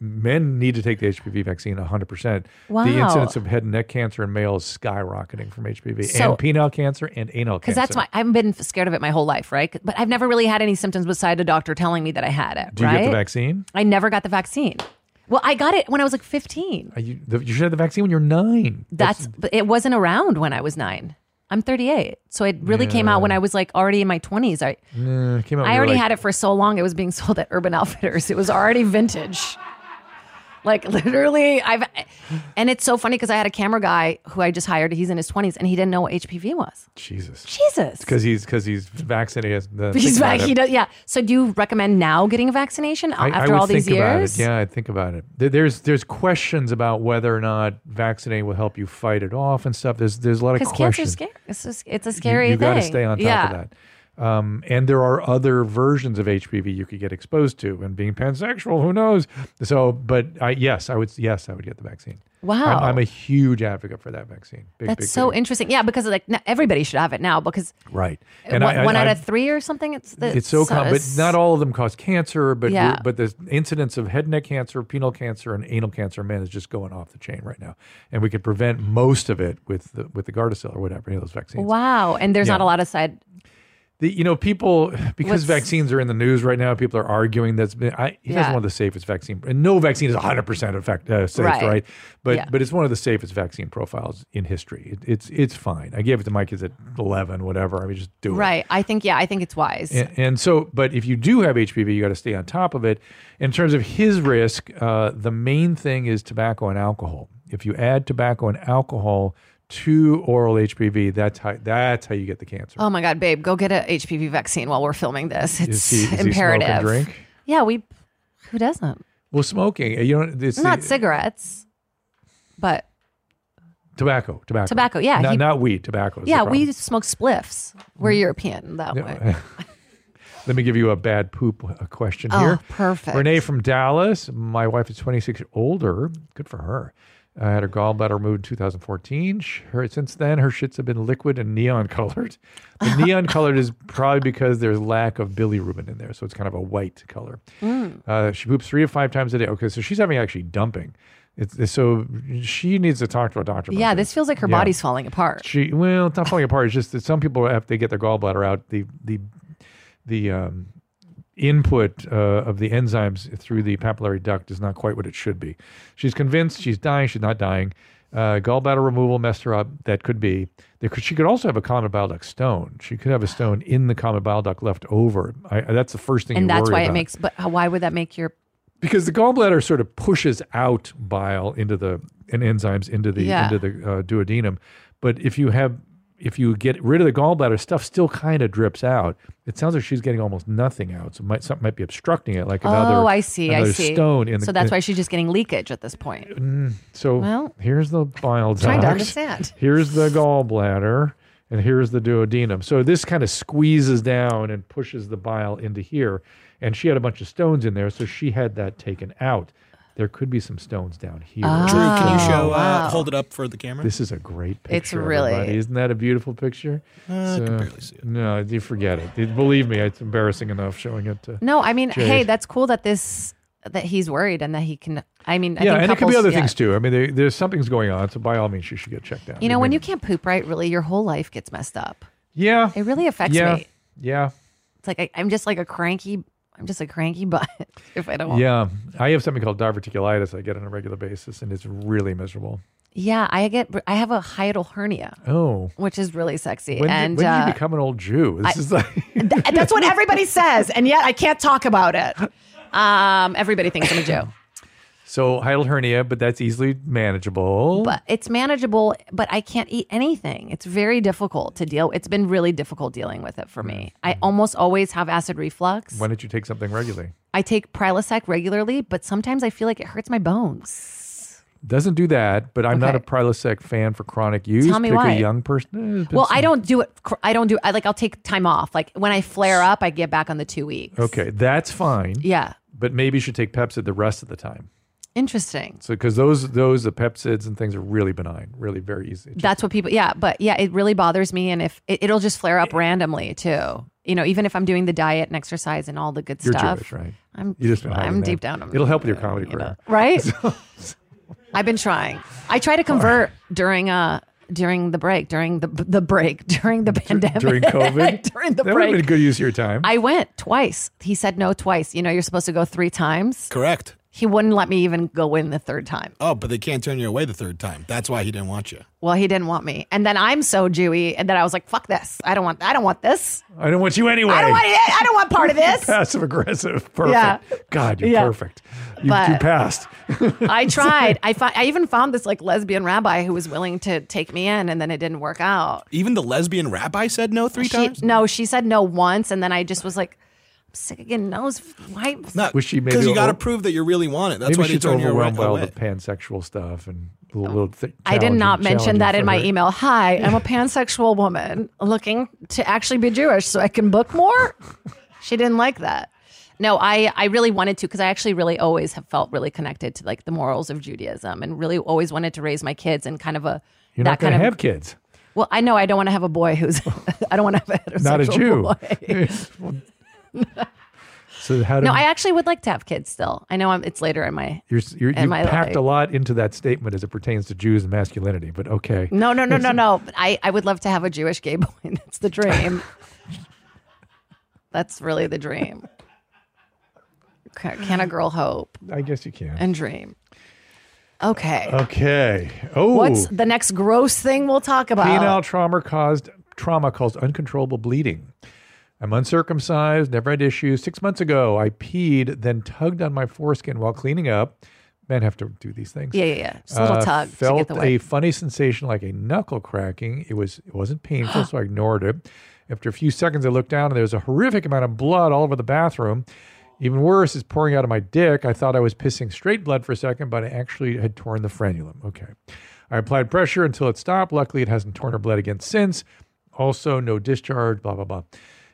Speaker 1: men need to take the HPV vaccine 100%.
Speaker 2: Wow.
Speaker 1: The incidence of head and neck cancer in males is skyrocketing from HPV
Speaker 2: So-
Speaker 1: and penile cancer and anal cancer.
Speaker 2: Because that's my, I've been scared of it my whole life, right? But I've never really had any symptoms beside a doctor telling me that I had it,
Speaker 1: Do you
Speaker 2: right?
Speaker 1: get the vaccine?
Speaker 2: I never got the vaccine. Well, I got it when I was like 15.
Speaker 1: Are you, the, you should have the vaccine when you're nine.
Speaker 2: That's, but it wasn't around when I was nine. I'm 38. So it really came out when I was like already in my 20s. I,
Speaker 1: Uh, came out when
Speaker 2: I
Speaker 1: you were
Speaker 2: already
Speaker 1: like-
Speaker 2: had it for so long. It was being (laughs) sold at Urban Outfitters. It was already vintage. Like literally, I've and it's so funny because I had a camera guy who I just hired. He's in his twenties and he didn't know what HPV was.
Speaker 1: Jesus.
Speaker 2: Jesus,
Speaker 1: Because he's, cause he's vaccinated. he has the-
Speaker 2: he's
Speaker 1: think about
Speaker 2: back.
Speaker 1: it.
Speaker 2: He does, yeah. So do you recommend now getting a vaccination
Speaker 1: I, I
Speaker 2: after
Speaker 1: would
Speaker 2: all these
Speaker 1: think about it.
Speaker 2: years?
Speaker 1: Yeah, I think about it. There- There's there's questions about whether or not vaccinating will help you fight it off and stuff. There's there's a lot of
Speaker 2: because
Speaker 1: questions.
Speaker 2: cancer's scary. It's, just, it's a
Speaker 1: You-
Speaker 2: scary
Speaker 1: You, got to
Speaker 2: thing.
Speaker 1: stay on top
Speaker 2: yeah.
Speaker 1: of that. Um, and there are other versions of HPV you could get exposed to, and being pansexual, who knows? So, but I, yes, I would. Yes, I would get the vaccine.
Speaker 2: Wow,
Speaker 1: I'm, I'm a huge advocate for that vaccine. Big,
Speaker 2: that's
Speaker 1: big,
Speaker 2: so
Speaker 1: big.
Speaker 2: interesting. Yeah, because like now- everybody should have it now because
Speaker 1: right.
Speaker 2: one,
Speaker 1: I- I-
Speaker 2: one out
Speaker 1: I-
Speaker 2: of three or something. It's
Speaker 1: It's so common, but not all of them cause cancer. But
Speaker 2: Yeah.
Speaker 1: we're- but the incidence of head and neck cancer, penile cancer, and anal cancer in men is just going off the chain right now, and we could prevent most of it with the, with the Gardasil or whatever any of those vaccines.
Speaker 2: Wow, and there's
Speaker 1: Yeah.
Speaker 2: not a lot of side
Speaker 1: the, you know, people because
Speaker 2: What's-
Speaker 1: vaccines are in the news right now. People are arguing that's been. I, it is
Speaker 2: Yeah.
Speaker 1: one of the safest vaccine, and no vaccine is one hundred percent effective, uh, safe, right?
Speaker 2: Right.
Speaker 1: But
Speaker 2: Yeah.
Speaker 1: but it's one of the safest vaccine profiles in history. It, it's it's fine. I gave it to my kids at eleven, whatever. I mean, just do it.
Speaker 2: Right. I think, yeah, I think it's wise.
Speaker 1: And, and so, but if you do have HPV, you got to stay on top of it. In terms of his risk, uh, the main thing is tobacco and alcohol. If you add tobacco and alcohol to oral HPV, that's how that's how you get the cancer.
Speaker 2: Oh my God, babe, go get a HPV vaccine while we're filming this.
Speaker 1: Is
Speaker 2: It's
Speaker 1: he- is he smoke and
Speaker 2: imperative.
Speaker 1: drink?
Speaker 2: Yeah, we, who doesn't?
Speaker 1: Well, smoking, uh, you know, it's
Speaker 2: Not
Speaker 1: the-
Speaker 2: cigarettes, but
Speaker 1: tobacco, tobacco,
Speaker 2: Tobacco, yeah,
Speaker 1: not,
Speaker 2: he-
Speaker 1: not weed, tobacco. is the
Speaker 2: yeah,
Speaker 1: problem. Mm-hmm.
Speaker 2: we smoke spliffs. We're European that way.
Speaker 1: (laughs) Let me give you a bad poop uh, question
Speaker 2: Oh,
Speaker 1: here.
Speaker 2: perfect.
Speaker 1: Renee from Dallas. My wife is 26 years older. Good for her. I had her gallbladder removed in 2014. Sh- Her, since then, her shits have been liquid and neon (laughs) colored.
Speaker 2: (laughs)
Speaker 1: The neon colored is probably because there's lack of bilirubin in there, so it's kind of a white color.
Speaker 2: Mm.
Speaker 1: Uh, she poops three to five times a day. Okay, so she's having actually dumping. It's, it's- so she needs to talk to a doctor. About
Speaker 2: Yeah, this feels like her
Speaker 1: Yeah.
Speaker 2: body's falling apart.
Speaker 1: she well, it's not falling apart. It's just that some people have to get their gallbladder out. The the the um, input uh, of the enzymes through the papillary duct is not quite what it should be. She's convinced she's dying. She's not dying. Uh, gallbladder removal messed her up. That could be. There could, she could also have a common bile duct stone. She could have a stone in the common bile duct left over. I, that's the first thing. you
Speaker 2: And that's
Speaker 1: worry
Speaker 2: why it
Speaker 1: about
Speaker 2: makes, but how- why would that make your,
Speaker 1: because the gallbladder sort of pushes out bile into the and enzymes into the
Speaker 2: Yeah.
Speaker 1: into the uh, duodenum. But if you have if you get rid of the gallbladder, stuff still kind of drips out. It sounds like she's getting almost nothing out. So might something might be obstructing it, like another
Speaker 2: oh, I see, I
Speaker 1: another
Speaker 2: see.
Speaker 1: stone in the.
Speaker 2: so that's why she's just getting leakage at this point.
Speaker 1: So
Speaker 2: Well,
Speaker 1: here's the bile duct.
Speaker 2: trying to understand.
Speaker 1: (laughs) Here's the gallbladder, and here's the duodenum. So this kind of squeezes down and pushes the bile into here. And she had a bunch of stones in there, so she had that taken out. There could be some stones down here.
Speaker 4: Drew, can you
Speaker 2: Oh,
Speaker 4: show?
Speaker 2: wow.
Speaker 4: Uh, hold it up for the camera.
Speaker 1: This is a great picture.
Speaker 2: It's really-
Speaker 1: everybody. isn't that a beautiful picture?
Speaker 4: Uh, I
Speaker 1: So-
Speaker 4: can barely see it.
Speaker 1: No, you forget it. It- Believe me, it's embarrassing enough showing it. To,
Speaker 2: No, I mean, hey,
Speaker 1: Jade.
Speaker 2: that's cool that this, that he's worried and that he can, I mean, I
Speaker 1: yeah,
Speaker 2: think
Speaker 1: and it could be
Speaker 2: couples-
Speaker 1: other
Speaker 2: yeah.
Speaker 1: things too. I mean, there, there's something's going on, so by all means, you should get checked out.
Speaker 2: You know, when you
Speaker 1: mean-
Speaker 2: can't poop right, really, your whole life gets messed up.
Speaker 1: yeah,
Speaker 2: It really affects
Speaker 1: yeah,
Speaker 2: me.
Speaker 1: yeah.
Speaker 2: It's like I, I'm just like a cranky. I'm just a cranky (laughs) butt if I don't.
Speaker 1: Yeah, I have something called diverticulitis. I get on a regular basis, and it's really miserable.
Speaker 2: Yeah, I get. I have a hiatal hernia,
Speaker 1: Oh,
Speaker 2: which is really sexy,
Speaker 1: when,
Speaker 2: and
Speaker 1: did, when did
Speaker 2: uh,
Speaker 1: you become an old Jew? This is like
Speaker 2: (laughs) th- that's
Speaker 1: (laughs) (laughs)
Speaker 2: what everybody says, and yet I can't talk about it. Um, everybody thinks I'm a Jew.
Speaker 1: So hiatal hernia, but that's easily manageable.
Speaker 2: but it's manageable but i can't eat anything it's very difficult to deal it's been really difficult dealing with it for me
Speaker 1: Mm-hmm.
Speaker 2: i almost always have acid reflux
Speaker 1: Why don't you take something regularly?
Speaker 2: i take prilosec regularly but sometimes i feel like it hurts my bones
Speaker 1: Doesn't do that, but I'm not a
Speaker 2: Okay.
Speaker 1: Prilosec fan for conic use,
Speaker 2: Tell me
Speaker 1: particularly
Speaker 2: why.
Speaker 1: young person. Eh, it's been
Speaker 2: well
Speaker 1: some-
Speaker 2: i don't do it cr- i don't do i like i'll take time off like when i flare up i get back on the two weeks
Speaker 1: Okay, that's fine,
Speaker 2: yeah
Speaker 1: but maybe you should take Pepsid the rest of the time.
Speaker 2: interesting
Speaker 1: So because those those the Pepsids and things are really benign, really very easy. It's
Speaker 2: that's what people yeah but yeah it really bothers me and if it, it'll just flare up randomly too you know even if i'm doing the diet and exercise and all the good
Speaker 1: You're
Speaker 2: stuff
Speaker 1: Jewish, right?
Speaker 2: i'm
Speaker 1: You just been hiding
Speaker 2: i'm
Speaker 1: that.
Speaker 2: deep down I'm-
Speaker 1: It'll help with your comedy
Speaker 2: you know,
Speaker 1: career. (laughs)
Speaker 2: right? (laughs) I've been trying. I try to convert during uh during the break, during the the break, (laughs) during the pandemic,
Speaker 1: During COVID,
Speaker 2: (laughs) during the
Speaker 1: that would have
Speaker 2: break.
Speaker 1: been a good use of your time.
Speaker 2: I went twice. He said no twice. You know, you're supposed to go three times.
Speaker 4: Correct.
Speaker 2: He wouldn't let me even go in the third time.
Speaker 4: Oh, but they can't turn you away the third time. That's why he didn't want you.
Speaker 2: Well, he didn't want me. And then I'm so Jewy, and then I was like, "Fuck this! I don't want. I don't want this.
Speaker 1: I don't want you anyway.
Speaker 2: I
Speaker 1: (laughs)
Speaker 2: don't want it. I don't want part of
Speaker 4: (laughs)
Speaker 2: this."
Speaker 1: Passive aggressive. Perfect.
Speaker 2: Yeah.
Speaker 1: God, you're
Speaker 2: Yeah.
Speaker 1: perfect. You,
Speaker 2: But-
Speaker 1: you passed.
Speaker 2: I tried. I fi- I even found this like lesbian rabbi who was willing to take me in, and then it didn't work out.
Speaker 4: Even the lesbian rabbi said no three
Speaker 2: She,
Speaker 4: times.
Speaker 2: no, she said no once, and then I just was like, I'm sick of getting no's. Why?
Speaker 4: Not
Speaker 1: Was she maybe
Speaker 4: because you got to
Speaker 1: o-
Speaker 4: prove that you really want it. That's
Speaker 1: Maybe
Speaker 4: why they
Speaker 1: she's
Speaker 4: turn you away.
Speaker 1: overwhelmed by all the pansexual stuff and a little. Th-
Speaker 2: I did not
Speaker 1: challenging-
Speaker 2: mention that
Speaker 1: challenging
Speaker 2: in my
Speaker 1: for her.
Speaker 2: email. Hi,
Speaker 1: (laughs)
Speaker 2: I'm a pansexual woman looking to actually be Jewish so I can book more. She didn't like that. No, I, I really wanted to because I actually really always have felt really connected to like the morals of Judaism and really always wanted to raise my kids in kind of a
Speaker 1: You're
Speaker 2: that
Speaker 1: not going
Speaker 2: kind
Speaker 1: to
Speaker 2: of
Speaker 1: have kids.
Speaker 2: well I know I don't want to have a boy who's (laughs) I don't want to have a heterosexual
Speaker 1: Not a Jew. (laughs)
Speaker 2: boy.
Speaker 1: so how do
Speaker 2: No, I actually would like to have kids still. I know I'm, it's later in my
Speaker 1: you're, you're,
Speaker 2: Am
Speaker 1: you
Speaker 2: I
Speaker 1: packed
Speaker 2: like-
Speaker 1: a lot into that statement as it pertains to Jews and masculinity, but okay.
Speaker 2: No, no, no, no, no. But I, I would love to have a Jewish gay boy. (laughs) That's the dream. That's really the dream. Ca- Can a girl hope
Speaker 1: I guess you can.
Speaker 2: and dream? Okay.
Speaker 1: okay. Oh,
Speaker 2: What's the next gross thing we'll talk about?
Speaker 1: Penile trauma caused trauma caused uncontrollable bleeding. I'm uncircumcised, never had issues. Six months ago, I peed, then tugged on my foreskin while cleaning up. Men have to do these things.
Speaker 2: Yeah, yeah, yeah. Just a little
Speaker 1: Uh,
Speaker 2: tug to
Speaker 1: Felt
Speaker 2: get the
Speaker 1: a
Speaker 2: way.
Speaker 1: funny sensation like a knuckle cracking. It was it wasn't
Speaker 2: (gasps)
Speaker 1: painful, so I ignored it. After a few seconds, I looked down and there was a horrific amount of blood all over the bathroom. Even worse is pouring out of my dick. I thought I was pissing straight blood for a second, but I actually had torn the frenulum. Okay. I applied pressure until it stopped. Luckily, it hasn't torn or bled again since. Also, no discharge, blah, blah, blah.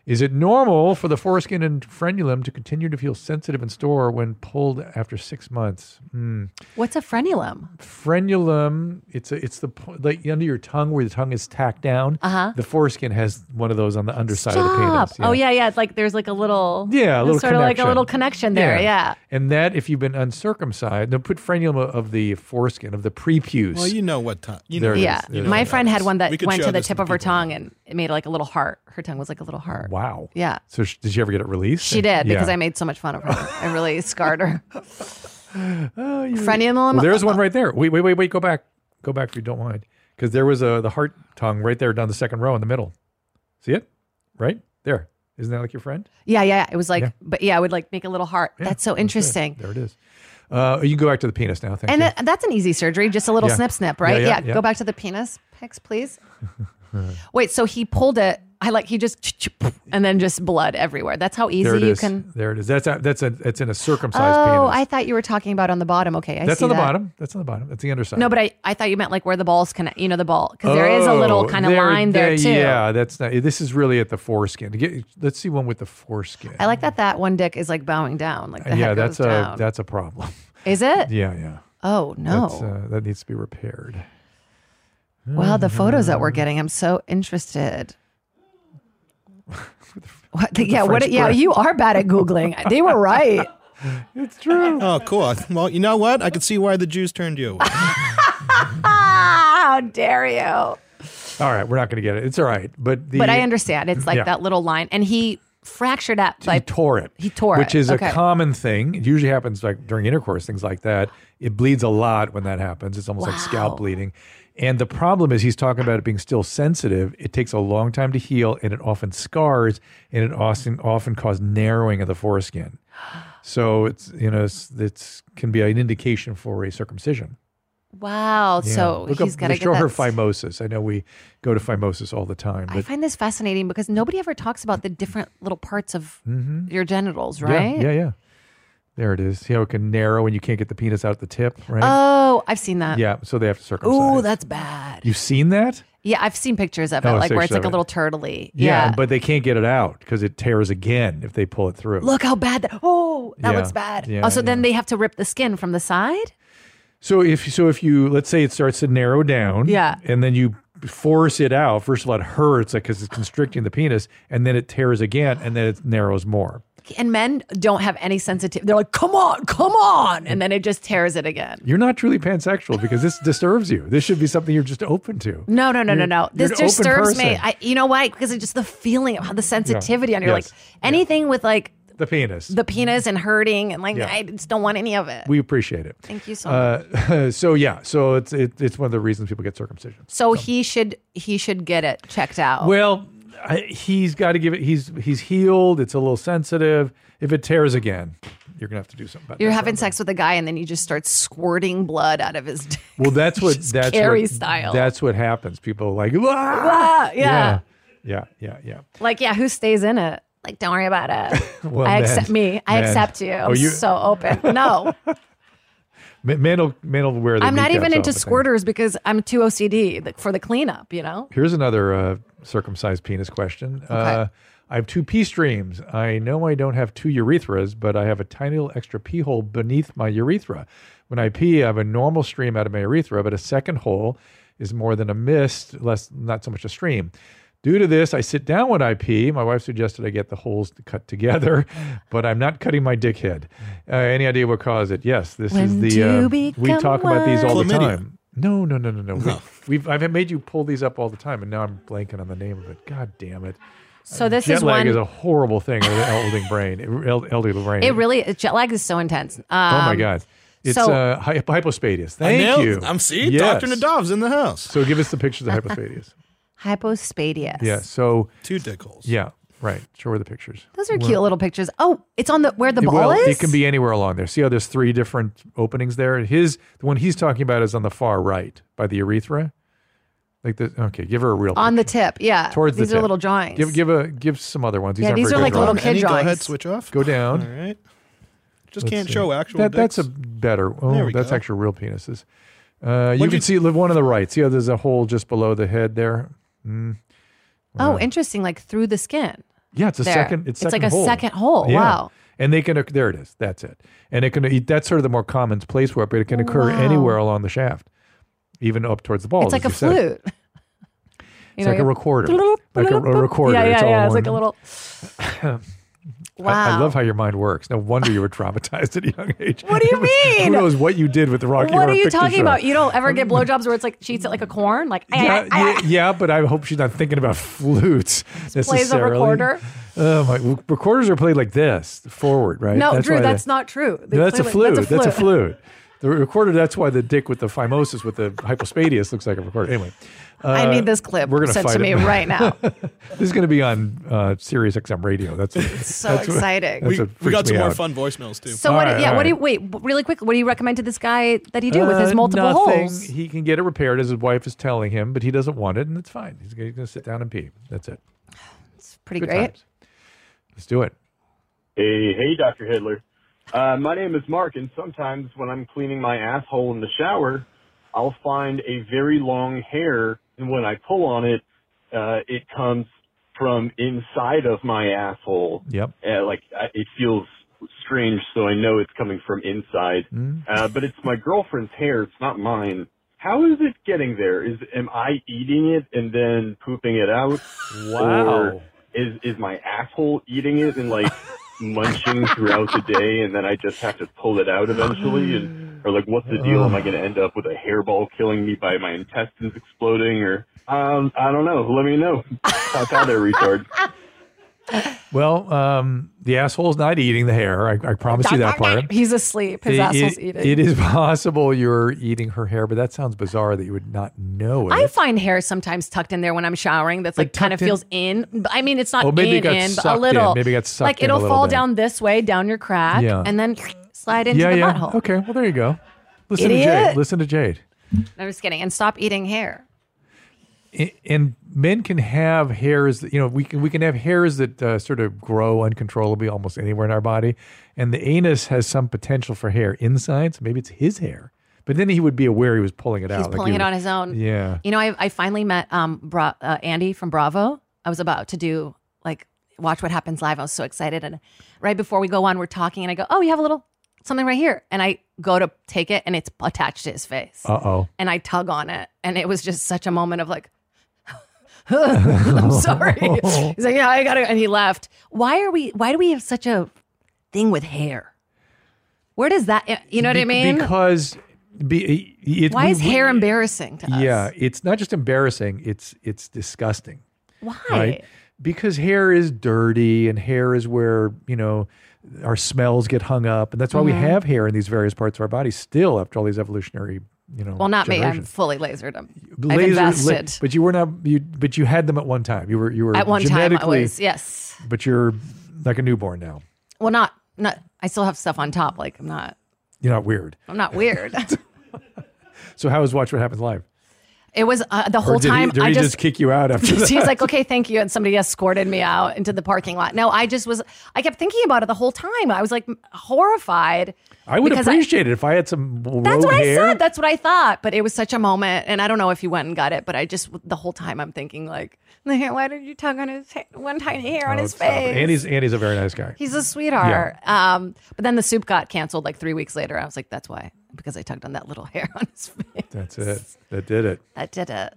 Speaker 1: Is it normal for the foreskin and frenulum to continue to feel sensitive and sore when pulled after six months? Hmm.
Speaker 2: What's a frenulum?
Speaker 1: frenulum it's a, it's the po- like under your tongue where the tongue is tacked down
Speaker 2: Uh-huh.
Speaker 1: the foreskin has one of those on the underside of the
Speaker 2: Stop.
Speaker 1: penis
Speaker 2: Oh yeah, yeah. It's like there's like a little
Speaker 1: Yeah, a little
Speaker 2: sort of like a
Speaker 1: connection.
Speaker 2: little connection there. Yeah.
Speaker 1: and that if you've been uncircumcised no put frenulum of- of the foreskin of the prepuce
Speaker 4: Well, you know what time. You
Speaker 1: There
Speaker 4: know,
Speaker 1: it is.
Speaker 2: Yeah.
Speaker 1: There's
Speaker 2: My
Speaker 1: that.
Speaker 2: friend had one
Speaker 4: We
Speaker 2: that
Speaker 4: could
Speaker 2: went
Speaker 4: show
Speaker 2: to the
Speaker 4: this
Speaker 2: tip
Speaker 4: to
Speaker 2: of her
Speaker 4: people.
Speaker 2: tongue and it made like a little heart. Her tongue was like a little heart.
Speaker 1: wow
Speaker 2: Yeah.
Speaker 1: so sh- did she ever get it released
Speaker 2: She did because
Speaker 1: Yeah.
Speaker 2: I made so much fun of her.
Speaker 1: (laughs)
Speaker 2: I really scarred her.
Speaker 1: Oh, you-
Speaker 2: Frenulum.
Speaker 1: well, there's one right there wait wait wait wait go back go back if you don't mind because there was a the heart tongue right there down the second row in the middle see it right there isn't that like your friend
Speaker 2: Yeah, yeah. It was like,
Speaker 1: Yeah.
Speaker 2: but yeah, I would like make a little heart. that's so interesting.
Speaker 1: there it is uh, you can go back to the penis now thank
Speaker 2: And
Speaker 1: you
Speaker 2: that, that's an easy surgery, just a little
Speaker 1: Yeah.
Speaker 2: snip, snip, right?
Speaker 1: Yeah,
Speaker 2: Yeah,
Speaker 1: yeah, yeah.
Speaker 2: Go back to the penis
Speaker 1: (laughs)
Speaker 2: pics, please. Wait, so he pulled it. I like he just and then just blood everywhere. That's how easy
Speaker 1: There it
Speaker 2: you
Speaker 1: is.
Speaker 2: can.
Speaker 1: There it is. That's a, that's a that's in a circumcised
Speaker 2: Oh,
Speaker 1: penis.
Speaker 2: I thought you were talking about on the bottom. Okay, I
Speaker 1: that's
Speaker 2: see
Speaker 1: on the
Speaker 2: that.
Speaker 1: bottom. That's on the bottom. That's the underside.
Speaker 2: No, but I, I thought you meant like where the balls connect. You know, the ball because there is a little
Speaker 1: Oh,
Speaker 2: kind of line there too.
Speaker 1: Yeah, that's not. This is really at the foreskin. Get- let's see one with the foreskin.
Speaker 2: I like that that one dick is like bowing down, like the head
Speaker 1: yeah,
Speaker 2: goes
Speaker 1: that's a
Speaker 2: down.
Speaker 1: that's a problem. (laughs)
Speaker 2: is it?
Speaker 1: Yeah, yeah.
Speaker 2: Oh no.
Speaker 1: That's, uh, that needs to be repaired.
Speaker 2: Wow, the photos that we're
Speaker 1: mm.
Speaker 2: getting, I'm so
Speaker 1: (laughs)
Speaker 2: interested. What, yeah, what?
Speaker 1: French
Speaker 2: Yeah,
Speaker 1: press.
Speaker 2: you are bad at
Speaker 1: (laughs)
Speaker 2: googling. they were right.
Speaker 1: It's true.
Speaker 4: Oh, cool. Well, you know what? I could see why the Jews turned you away.
Speaker 2: Ah, how dare you?
Speaker 1: all right, we're not going to get it. It's all right. But the
Speaker 2: But I understand. It's like
Speaker 1: Yeah.
Speaker 2: that little line, and he fractured that.
Speaker 1: He
Speaker 2: Like,
Speaker 1: tore it.
Speaker 2: He tore
Speaker 1: which
Speaker 2: it.
Speaker 1: is
Speaker 2: Okay.
Speaker 1: a common thing. It usually happens like during intercourse, things like that. It bleeds a lot when that happens. It's almost like scalp
Speaker 2: Wow.
Speaker 1: bleeding. And the problem is, he's talking about it being still sensitive. It takes a long time to heal, and it often scars, and it often often causes narrowing of the foreskin. So it's you know it's, it's can be an indication for a circumcision.
Speaker 2: Wow.
Speaker 1: Yeah.
Speaker 2: So
Speaker 1: Look
Speaker 2: he's
Speaker 1: up
Speaker 2: got to get
Speaker 1: restore
Speaker 2: that.
Speaker 1: her
Speaker 2: s-
Speaker 1: phimosis. I know we go to phimosis all the time,
Speaker 2: I
Speaker 1: but
Speaker 2: find this fascinating because nobody ever talks about the different little parts of your genitals,
Speaker 1: Mm-hmm. yeah,
Speaker 2: right?
Speaker 1: yeah, yeah. There it is. See how it can narrow and you can't get the penis out the tip, right?
Speaker 2: Oh, I've seen that.
Speaker 1: yeah. So they have to circumcise.
Speaker 2: Oh, that's bad.
Speaker 1: You've seen that?
Speaker 2: Yeah, I've seen pictures of it,
Speaker 1: Oh,
Speaker 2: like
Speaker 1: six,
Speaker 2: where it's like a
Speaker 1: seven.
Speaker 2: little turtley. Yeah.
Speaker 1: but they can't get it out because it tears again if they pull it through.
Speaker 2: Look how bad that. Oh, that
Speaker 1: Yeah.
Speaker 2: looks bad.
Speaker 1: Yeah,
Speaker 2: oh, so then
Speaker 1: yeah.
Speaker 2: they have to rip the skin from the side.
Speaker 1: So if so, if you let's say it starts to narrow down,
Speaker 2: Yeah.
Speaker 1: and then you force it out. First of all, it hurts because it's constricting the penis, and then it tears again, and then it narrows more.
Speaker 2: And men don't have any sensitivity. They're like, come on, come on. And then it just tears it again.
Speaker 1: You're not truly pansexual because this disturbs you. This should be something you're just open to.
Speaker 2: No, no, no, no,
Speaker 1: You're-
Speaker 2: no.
Speaker 1: you're
Speaker 2: This
Speaker 1: an open
Speaker 2: disturbs me.
Speaker 1: person.
Speaker 2: I, you know why? Because it's just the feeling of how the sensitivity on you.
Speaker 1: Yes.
Speaker 2: Like anything with like
Speaker 1: the penis.
Speaker 2: the penis and hurting and like,
Speaker 1: Yeah.
Speaker 2: I just don't want any of it.
Speaker 1: we appreciate it.
Speaker 2: Thank you so much.
Speaker 1: Uh, (laughs) so yeah, so it's it, it's one of the reasons people get circumcision.
Speaker 2: so he should he should get it checked out.
Speaker 1: Well, I, he's got to give it. He's he's healed. It's a little sensitive. If it tears again, you're gonna have to do something. About
Speaker 2: You're
Speaker 1: that.
Speaker 2: having sex with a guy and then you just start squirting blood out of his (laughs) dick.
Speaker 1: Well, that's what
Speaker 2: Just
Speaker 1: that's
Speaker 2: Carrie
Speaker 1: what,
Speaker 2: style.
Speaker 1: That's what happens. People are like, "Wah!"
Speaker 2: Ah, yeah.
Speaker 1: yeah, yeah, yeah.
Speaker 2: Like, yeah, who stays in it? Like, don't worry about it.
Speaker 1: (laughs) Well,
Speaker 2: I
Speaker 1: men-
Speaker 2: accept me. I
Speaker 1: men-
Speaker 2: accept you. I'm
Speaker 1: Oh, you-
Speaker 2: so
Speaker 1: (laughs)
Speaker 2: open. No,
Speaker 1: Men, men will men will wear. Their
Speaker 2: I'm not
Speaker 1: kneecaps
Speaker 2: even
Speaker 1: off,
Speaker 2: into
Speaker 1: I think.
Speaker 2: squirters because I'm too OCD th- for the cleanup, you know?
Speaker 1: Here's another uh, circumcised penis question. Uh, I have two pee streams. I know I don't have two urethras, but I have a tiny little extra pee hole beneath my urethra. When I pee, I have a normal stream out of my urethra, but a second hole is more than a mist, less not so much a stream. Due to this, I sit down when I pee. My wife suggested I get the holes to cut together, (laughs) but I'm not cutting my dickhead. Uh, any idea what caused it? Yes, this
Speaker 2: When
Speaker 1: is
Speaker 2: do
Speaker 1: the uh, we
Speaker 2: become
Speaker 1: talk about these all the
Speaker 4: Chlamydia.
Speaker 1: time. No, no, no, no, no. We, we've I've made you pull these up all the time, and now I'm blanking on the name of it. God damn it!
Speaker 2: So this
Speaker 1: Mm. Jet
Speaker 2: is
Speaker 1: lag
Speaker 2: one.
Speaker 1: is a horrible thing of the elderly brain. el- Elderly brain.
Speaker 2: it really, jet lag is so intense. Um,
Speaker 1: oh my god! It's
Speaker 2: so-
Speaker 1: uh, hy- hypospadias.
Speaker 4: I
Speaker 1: Thank
Speaker 4: nailed-
Speaker 1: you.
Speaker 4: I'm see
Speaker 1: Yes.
Speaker 4: Doctor Nadav's in the house.
Speaker 1: So give us the pictures
Speaker 2: (laughs)
Speaker 1: of hypospadias.
Speaker 2: Hypospadias.
Speaker 1: yeah. So
Speaker 4: Two dick holes.
Speaker 1: yeah, right. Show her the pictures.
Speaker 2: Those are cute little pictures. Oh, it's on the where the ball
Speaker 1: well,
Speaker 2: is?
Speaker 1: it can be anywhere along there. See how there's three different openings there. His the one he's talking about is on the far right by the urethra. Like the okay, give her a real
Speaker 2: on the tip. Yeah.
Speaker 1: towards the
Speaker 2: These are
Speaker 1: tip.
Speaker 2: little drawings.
Speaker 1: Give give a give some other ones. These
Speaker 2: Yeah,
Speaker 1: aren't
Speaker 2: these
Speaker 1: very good
Speaker 2: are like
Speaker 1: drawings.
Speaker 2: little kid
Speaker 4: Any, go ahead,
Speaker 2: drawings.
Speaker 4: switch off.
Speaker 1: Go
Speaker 4: All
Speaker 1: down.
Speaker 4: right. Just
Speaker 1: Let's
Speaker 4: can't
Speaker 1: see.
Speaker 4: show actual.
Speaker 1: That, that's a
Speaker 4: dicks.
Speaker 1: better.
Speaker 4: There
Speaker 1: Oh,
Speaker 4: we
Speaker 1: that's
Speaker 4: go.
Speaker 1: actual real penises. Uh, you
Speaker 4: What'd
Speaker 1: can
Speaker 4: you-
Speaker 1: see the one on the right. See how there's a hole just below the head there.
Speaker 2: oh, interesting. Like through the skin.
Speaker 1: Yeah, it's a
Speaker 2: There.
Speaker 1: second. It's,
Speaker 2: It's like
Speaker 1: second
Speaker 2: a
Speaker 1: hole.
Speaker 2: second hole.
Speaker 1: Yeah.
Speaker 2: Wow.
Speaker 1: And they can. oc- There it is. That's it. And it can. e, That's sort of the more common place where, it- but it can occur
Speaker 2: Wow.
Speaker 1: anywhere along the shaft, even up towards the balls.
Speaker 2: it's like a
Speaker 1: as you said.
Speaker 2: flute. (laughs) You
Speaker 1: It's like a recorder. Like a, a recorder.
Speaker 2: Yeah, yeah,
Speaker 1: it's all
Speaker 2: yeah. It's
Speaker 1: one-
Speaker 2: like
Speaker 1: (laughs)
Speaker 2: a little.
Speaker 1: I-
Speaker 2: wow.
Speaker 1: I, love how your mind works. No wonder
Speaker 2: (laughs)
Speaker 1: you were traumatized at a young age.
Speaker 2: What do you
Speaker 1: Who
Speaker 2: mean?
Speaker 1: knows what you did with the Rocky
Speaker 2: What
Speaker 1: Horror
Speaker 2: are you
Speaker 1: Picture
Speaker 2: talking
Speaker 1: Show?
Speaker 2: about? You don't ever get blowjobs where it's like she eats it like a corn, like "Eh,
Speaker 1: yeah, yeah, (laughs) yeah, but I hope she's not thinking about flutes
Speaker 2: (laughs) plays a
Speaker 1: necessarily.
Speaker 2: recorder.
Speaker 1: Oh my! well, Recorders are played like this, forward, right?
Speaker 2: No, Drew,
Speaker 1: why they-
Speaker 2: that's not true. They
Speaker 1: no, that's, a
Speaker 2: play
Speaker 1: flute.
Speaker 2: like-
Speaker 1: That's a flute. The recorder. That's why the dick with the phimosis with the hypospadias looks like a recorder. Anyway,
Speaker 2: I
Speaker 1: uh,
Speaker 2: need this clip
Speaker 1: We're gonna
Speaker 2: sent
Speaker 1: fight
Speaker 2: to me
Speaker 1: it. (laughs)
Speaker 2: right now.
Speaker 1: This is going to be on uh, Sirius XM radio. That's
Speaker 2: It's so exciting.
Speaker 1: that's
Speaker 4: We,
Speaker 1: what
Speaker 4: we
Speaker 1: freaks
Speaker 4: got some
Speaker 1: me
Speaker 4: more
Speaker 1: out.
Speaker 4: fun voicemails too.
Speaker 2: so
Speaker 1: All
Speaker 2: what?
Speaker 1: right,
Speaker 2: yeah.
Speaker 1: all
Speaker 2: What do you
Speaker 1: right.
Speaker 2: wait? Really quick. What do you recommend to this guy that he do with his
Speaker 1: Uh,
Speaker 2: multiple
Speaker 1: nothing.
Speaker 2: holes?
Speaker 1: He can get it repaired as his wife is telling him, but he doesn't want it, and it's fine. He's going to sit down and pee. That's it.
Speaker 2: It's pretty
Speaker 1: Good
Speaker 2: great.
Speaker 1: times. Let's do it.
Speaker 7: Hey, hey, Dr. Hitler. Uh, my name is Mark, and sometimes when I'm cleaning my asshole in the shower, I'll find a very long hair, and when I pull on it, uh, it comes from inside of my asshole.
Speaker 1: Yep.
Speaker 7: Uh, like, I, it feels strange, so I know it's coming from inside. Uh, but it's my girlfriend's hair, it's not mine. How is it getting there? Is am I eating it and then pooping it out? Or is is my asshole eating it and like munching throughout the day and then I just have to pull it out eventually and or like what's the deal? Am I gonna end up with a hairball killing me by my intestines exploding or um I don't know. Let me know. Talk out there, retard.
Speaker 1: Well, um, the asshole's not eating the hair. I, I promise you that part.
Speaker 2: He's asleep. (laughs) His
Speaker 1: It-
Speaker 2: asshole's
Speaker 1: it-
Speaker 2: eating.
Speaker 1: It is possible you're eating her hair, but that sounds bizarre that you would not know it.
Speaker 2: I find hair sometimes tucked in there when I'm showering. That's like kind of
Speaker 1: tucked in?
Speaker 2: feels in. But, I mean, it's not
Speaker 1: Oh, maybe it
Speaker 2: in,
Speaker 1: got
Speaker 2: in, but
Speaker 1: sucked
Speaker 2: a
Speaker 1: in.
Speaker 2: little.
Speaker 1: Maybe it got sucked
Speaker 2: like
Speaker 1: in a
Speaker 2: it'll
Speaker 1: little
Speaker 2: fall
Speaker 1: bit.
Speaker 2: down this way, down your crack,
Speaker 1: Yeah.
Speaker 2: and then slide into
Speaker 1: yeah,
Speaker 2: the
Speaker 1: yeah.
Speaker 2: butthole.
Speaker 1: Okay. Well, there you go. Listen to Jade.
Speaker 2: Idiot.
Speaker 1: Listen to Jade.
Speaker 2: No, I'm just kidding. And stop eating hair.
Speaker 1: I- and men can have hairs that you know we can we can have hairs that uh, sort of grow uncontrollably almost anywhere in our body and the anus has some potential for hair inside so maybe it's his hair but then he would be aware he was pulling it out
Speaker 2: He's
Speaker 1: like
Speaker 2: pulling
Speaker 1: he
Speaker 2: it
Speaker 1: would-
Speaker 2: on his own.
Speaker 1: yeah
Speaker 2: You know, I, I finally met um Bra- uh, Andy from Bravo. I was about to do like watch what happens live. I was so excited, and right before we go on, we're talking, and I go, "Oh, you have a little something right here," and I go to take it, and it's attached to his face,
Speaker 1: uh-oh
Speaker 2: and I tug on it, and it was just such a moment of like. (laughs)
Speaker 1: (laughs)
Speaker 2: I'm sorry. He's like, yeah, I gotta, and he left. Why are we? Why do we have such a thing with hair? Where does that? You know what I
Speaker 1: Be-
Speaker 2: mean?
Speaker 1: because be, it,
Speaker 2: Why
Speaker 1: we-
Speaker 2: is
Speaker 1: we-
Speaker 2: hair embarrassing to us?
Speaker 1: yeah it's not just embarrassing it's it's disgusting
Speaker 2: Why?
Speaker 1: right? Because hair is dirty and hair is where, you know, our smells get hung up. And that's why
Speaker 2: Mm-hmm.
Speaker 1: we have hair in these various parts of our body still after all these evolutionary, you know.
Speaker 2: Well, not me. I'm
Speaker 1: generations.
Speaker 2: fully lasered. I'm, I've
Speaker 1: Laser- la-
Speaker 2: invested.
Speaker 1: but you were not you but you had them at one time. You were you were
Speaker 2: At one time, I
Speaker 1: genetically
Speaker 2: was yes.
Speaker 1: but you're like a newborn now.
Speaker 2: Well, not not. I still have stuff on top. Like I'm not.
Speaker 1: You're not weird.
Speaker 2: I'm
Speaker 1: (laughs)
Speaker 2: not weird.
Speaker 1: So how is Watch What Happens Live?
Speaker 2: it was uh, the
Speaker 1: Or
Speaker 2: whole
Speaker 1: did
Speaker 2: time.
Speaker 1: he, did
Speaker 2: I
Speaker 1: he
Speaker 2: just.
Speaker 1: just kick you out
Speaker 2: (laughs)
Speaker 1: after (laughs) that?
Speaker 2: He's like, okay, thank you, and somebody escorted me out into the parking lot. No, I just was. I kept thinking about it the whole time. I was like horrified.
Speaker 1: I would
Speaker 2: because
Speaker 1: appreciate it if I had some rogue
Speaker 2: That's what
Speaker 1: hair.
Speaker 2: I said. That's what I thought. But it was such a moment, and I don't know if you went and got it, but I just the whole time I'm thinking like, (laughs) the hair. Why did you tug on his ha- one tiny hair on
Speaker 1: Oh,
Speaker 2: his
Speaker 1: stop it.
Speaker 2: face?
Speaker 1: Andy's Andy's a very nice guy.
Speaker 2: He's a sweetheart. Um, but then the soup got canceled like three weeks later. I was like, that's why, because I tugged on that little (laughs) hair on his face.
Speaker 1: That's it. That did it.
Speaker 2: That did it.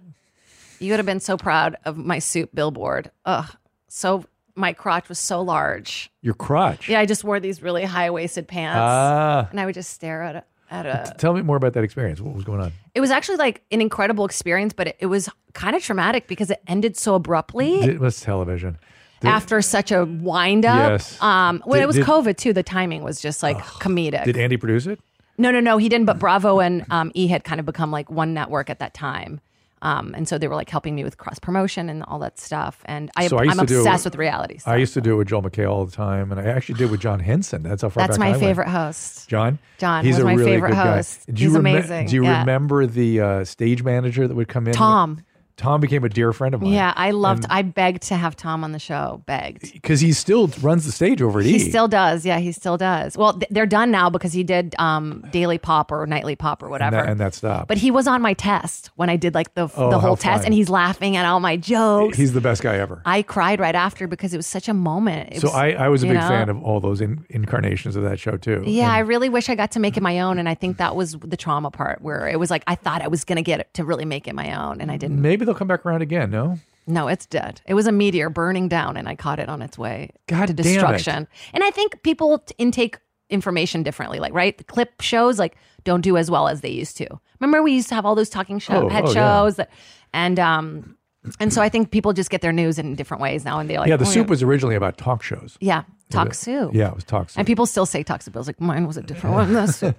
Speaker 2: You would have been so proud of my soup billboard. Ugh. So my crotch was so large.
Speaker 1: Your crotch.
Speaker 2: Yeah, I just wore these really high waisted pants,
Speaker 1: Ah.
Speaker 2: and I would just stare at a, at a.
Speaker 1: Tell me more about that experience. What was going on?
Speaker 2: It was actually like an incredible experience, but it, it was kind of traumatic because it ended so abruptly.
Speaker 1: It was television. Did,
Speaker 2: after such a wind up,
Speaker 1: Yes.
Speaker 2: um, well,
Speaker 1: Did-
Speaker 2: it was
Speaker 1: did-
Speaker 2: COVID too. The timing was just like comedic.
Speaker 1: did Andy produce it?
Speaker 2: No, no, no, he didn't. But Bravo and um, E had kind of become like one network at that time. Um, and so they were like helping me with cross promotion and all that stuff. And I,
Speaker 1: So I used
Speaker 2: I'm
Speaker 1: to do-
Speaker 2: obsessed with reality. stuff.
Speaker 1: I used to do it with Joel McKay all the time, and I actually did with John Henson. That's how far
Speaker 2: That's
Speaker 1: back I
Speaker 2: my
Speaker 1: went.
Speaker 2: favorite host.
Speaker 1: John.
Speaker 2: John
Speaker 1: he's
Speaker 2: was
Speaker 1: a
Speaker 2: my
Speaker 1: really
Speaker 2: favorite
Speaker 1: good guy.
Speaker 2: host.
Speaker 1: Do you
Speaker 2: He's
Speaker 1: remem-
Speaker 2: amazing,
Speaker 1: Do you
Speaker 2: yeah.
Speaker 1: remember the uh, stage manager that would come in?
Speaker 2: Tom.
Speaker 1: Tom became a dear friend of mine.
Speaker 2: Yeah, I loved. I begged to have Tom on the show. Begged.
Speaker 1: because he still runs the stage over at E.
Speaker 2: He still does. Yeah, he still does. Well, th- they're done now because he did um, Daily Pop or Nightly Pop or
Speaker 1: and
Speaker 2: whatever.
Speaker 1: that, and that stopped.
Speaker 2: but he was on my test when I did like the
Speaker 1: Oh,
Speaker 2: the
Speaker 1: how
Speaker 2: whole test,
Speaker 1: fun.
Speaker 2: and he's laughing at all my jokes.
Speaker 1: he's the best guy ever.
Speaker 2: I cried right after because it was such a moment. It
Speaker 1: so
Speaker 2: was-
Speaker 1: I, I was a
Speaker 2: you
Speaker 1: big
Speaker 2: know?
Speaker 1: fan of all those in, incarnations of that show too.
Speaker 2: Yeah, I
Speaker 1: And
Speaker 2: really wish I got to make it my own. And I think that was the trauma part where it was like, I thought I was going to get it to really make it my own. And I didn't.
Speaker 1: maybe they'll come back around again. No,
Speaker 2: No, it's dead. It was a meteor burning down and I caught it on its way
Speaker 1: God
Speaker 2: to
Speaker 1: damn it.
Speaker 2: destruction. And I think people t- intake information differently. Like, right? The clip shows like don't do as well as they used to. Remember we used to have all those talking show
Speaker 1: Oh,
Speaker 2: head
Speaker 1: oh, yeah.
Speaker 2: shows that, and, um, and so I think people just get their news in different ways now, and they're like,
Speaker 1: yeah. The
Speaker 2: "Oh,
Speaker 1: soup was originally about talk shows.
Speaker 2: yeah, talk soup,
Speaker 1: Yeah, it was talk soup.
Speaker 2: and people still say talk soup. I was like, mine was a different one. than soup."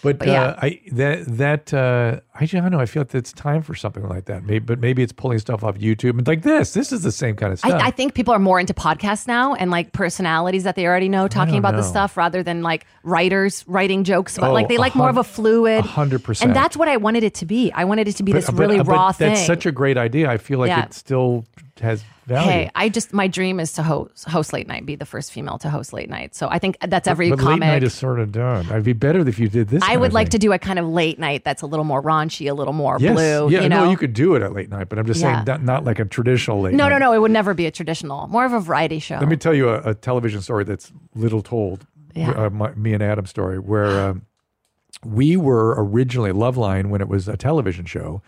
Speaker 1: But,
Speaker 2: But yeah.
Speaker 1: uh, I that that uh, I don't know. I feel like it's time for something like that. Maybe, but maybe it's pulling stuff off YouTube and like this. This is the same kind of stuff.
Speaker 2: I, I think people are more into podcasts now and like personalities that they already know talking about this
Speaker 1: know.
Speaker 2: stuff rather than like writers writing jokes. But
Speaker 1: Oh,
Speaker 2: like they
Speaker 1: a
Speaker 2: like more of
Speaker 1: hun-
Speaker 2: a fluid.
Speaker 1: a hundred percent.
Speaker 2: And that's what I wanted it to be. I wanted it to be
Speaker 1: But- uh,
Speaker 2: this
Speaker 1: but-
Speaker 2: really
Speaker 1: but
Speaker 2: raw thing.
Speaker 1: That's such a great idea. I feel like
Speaker 2: Yeah.
Speaker 1: it still has value.
Speaker 2: Hey, I just my dream is to host host late night, be the first female to host late night. So I think that's every
Speaker 1: but late
Speaker 2: comic.
Speaker 1: night is sort of done. I'd be better if you did this.
Speaker 2: I
Speaker 1: kind
Speaker 2: would
Speaker 1: of
Speaker 2: like to
Speaker 1: thing.
Speaker 2: do a kind of late night that's a little more raunchy, a little more
Speaker 1: Yes.
Speaker 2: blue.
Speaker 1: yeah,
Speaker 2: you know,
Speaker 1: no, you could do it at late night, but I'm just
Speaker 2: Yeah.
Speaker 1: saying not, not like a traditional late.
Speaker 2: no,
Speaker 1: night.
Speaker 2: no, no. It would never be a traditional, more of a variety show.
Speaker 1: Let me tell you a, a television story that's little told.
Speaker 2: Yeah.
Speaker 1: Uh, my, me and Adam story where um, we were originally Loveline when it was a television show.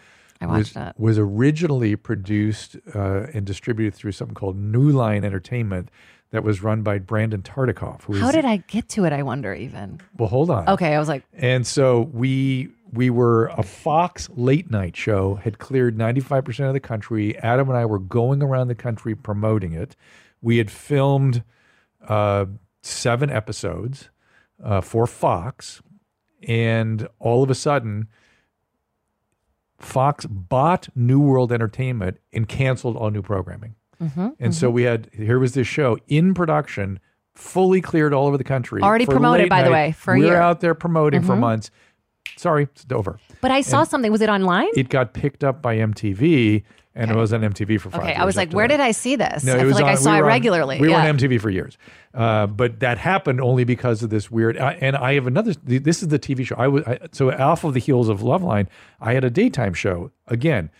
Speaker 2: I
Speaker 1: was,
Speaker 2: watched that.
Speaker 1: was originally produced uh, and distributed through something called New Line Entertainment that was run by Brandon Tartikoff. Who is,
Speaker 2: How did I get to it? I wonder. Even
Speaker 1: Well, hold on.
Speaker 2: okay, I was like,
Speaker 1: And so we we were a Fox late night show had cleared 95% of the country. Adam and I were going around the country promoting it. We had filmed uh, seven episodes uh, for Fox, and all of a sudden, Fox bought New World Entertainment and canceled all new programming.
Speaker 2: Mm-hmm,
Speaker 1: And so we had here was this show in production, fully cleared all over the country.
Speaker 2: Already
Speaker 1: for
Speaker 2: promoted,
Speaker 1: late
Speaker 2: by the
Speaker 1: night.
Speaker 2: way, for a
Speaker 1: we were
Speaker 2: year. Mm-hmm.
Speaker 1: out there promoting for months. Sorry, it's over.
Speaker 2: but I saw something. Was it online?
Speaker 1: It got picked up by MTV, and it was on MTV for five.
Speaker 2: okay, I
Speaker 1: years
Speaker 2: was like,
Speaker 1: after
Speaker 2: where
Speaker 1: that.
Speaker 2: did I see this?
Speaker 1: No,
Speaker 2: I
Speaker 1: it
Speaker 2: feel
Speaker 1: was
Speaker 2: like I
Speaker 1: on-
Speaker 2: saw
Speaker 1: we
Speaker 2: it
Speaker 1: were on-
Speaker 2: regularly.
Speaker 1: we
Speaker 2: yeah.
Speaker 1: were on MTV for years, uh, but that happened only because of this weird. I and I have another. th- This is the TV show. I was I, so off of the heels of Loveline. I had a daytime show again.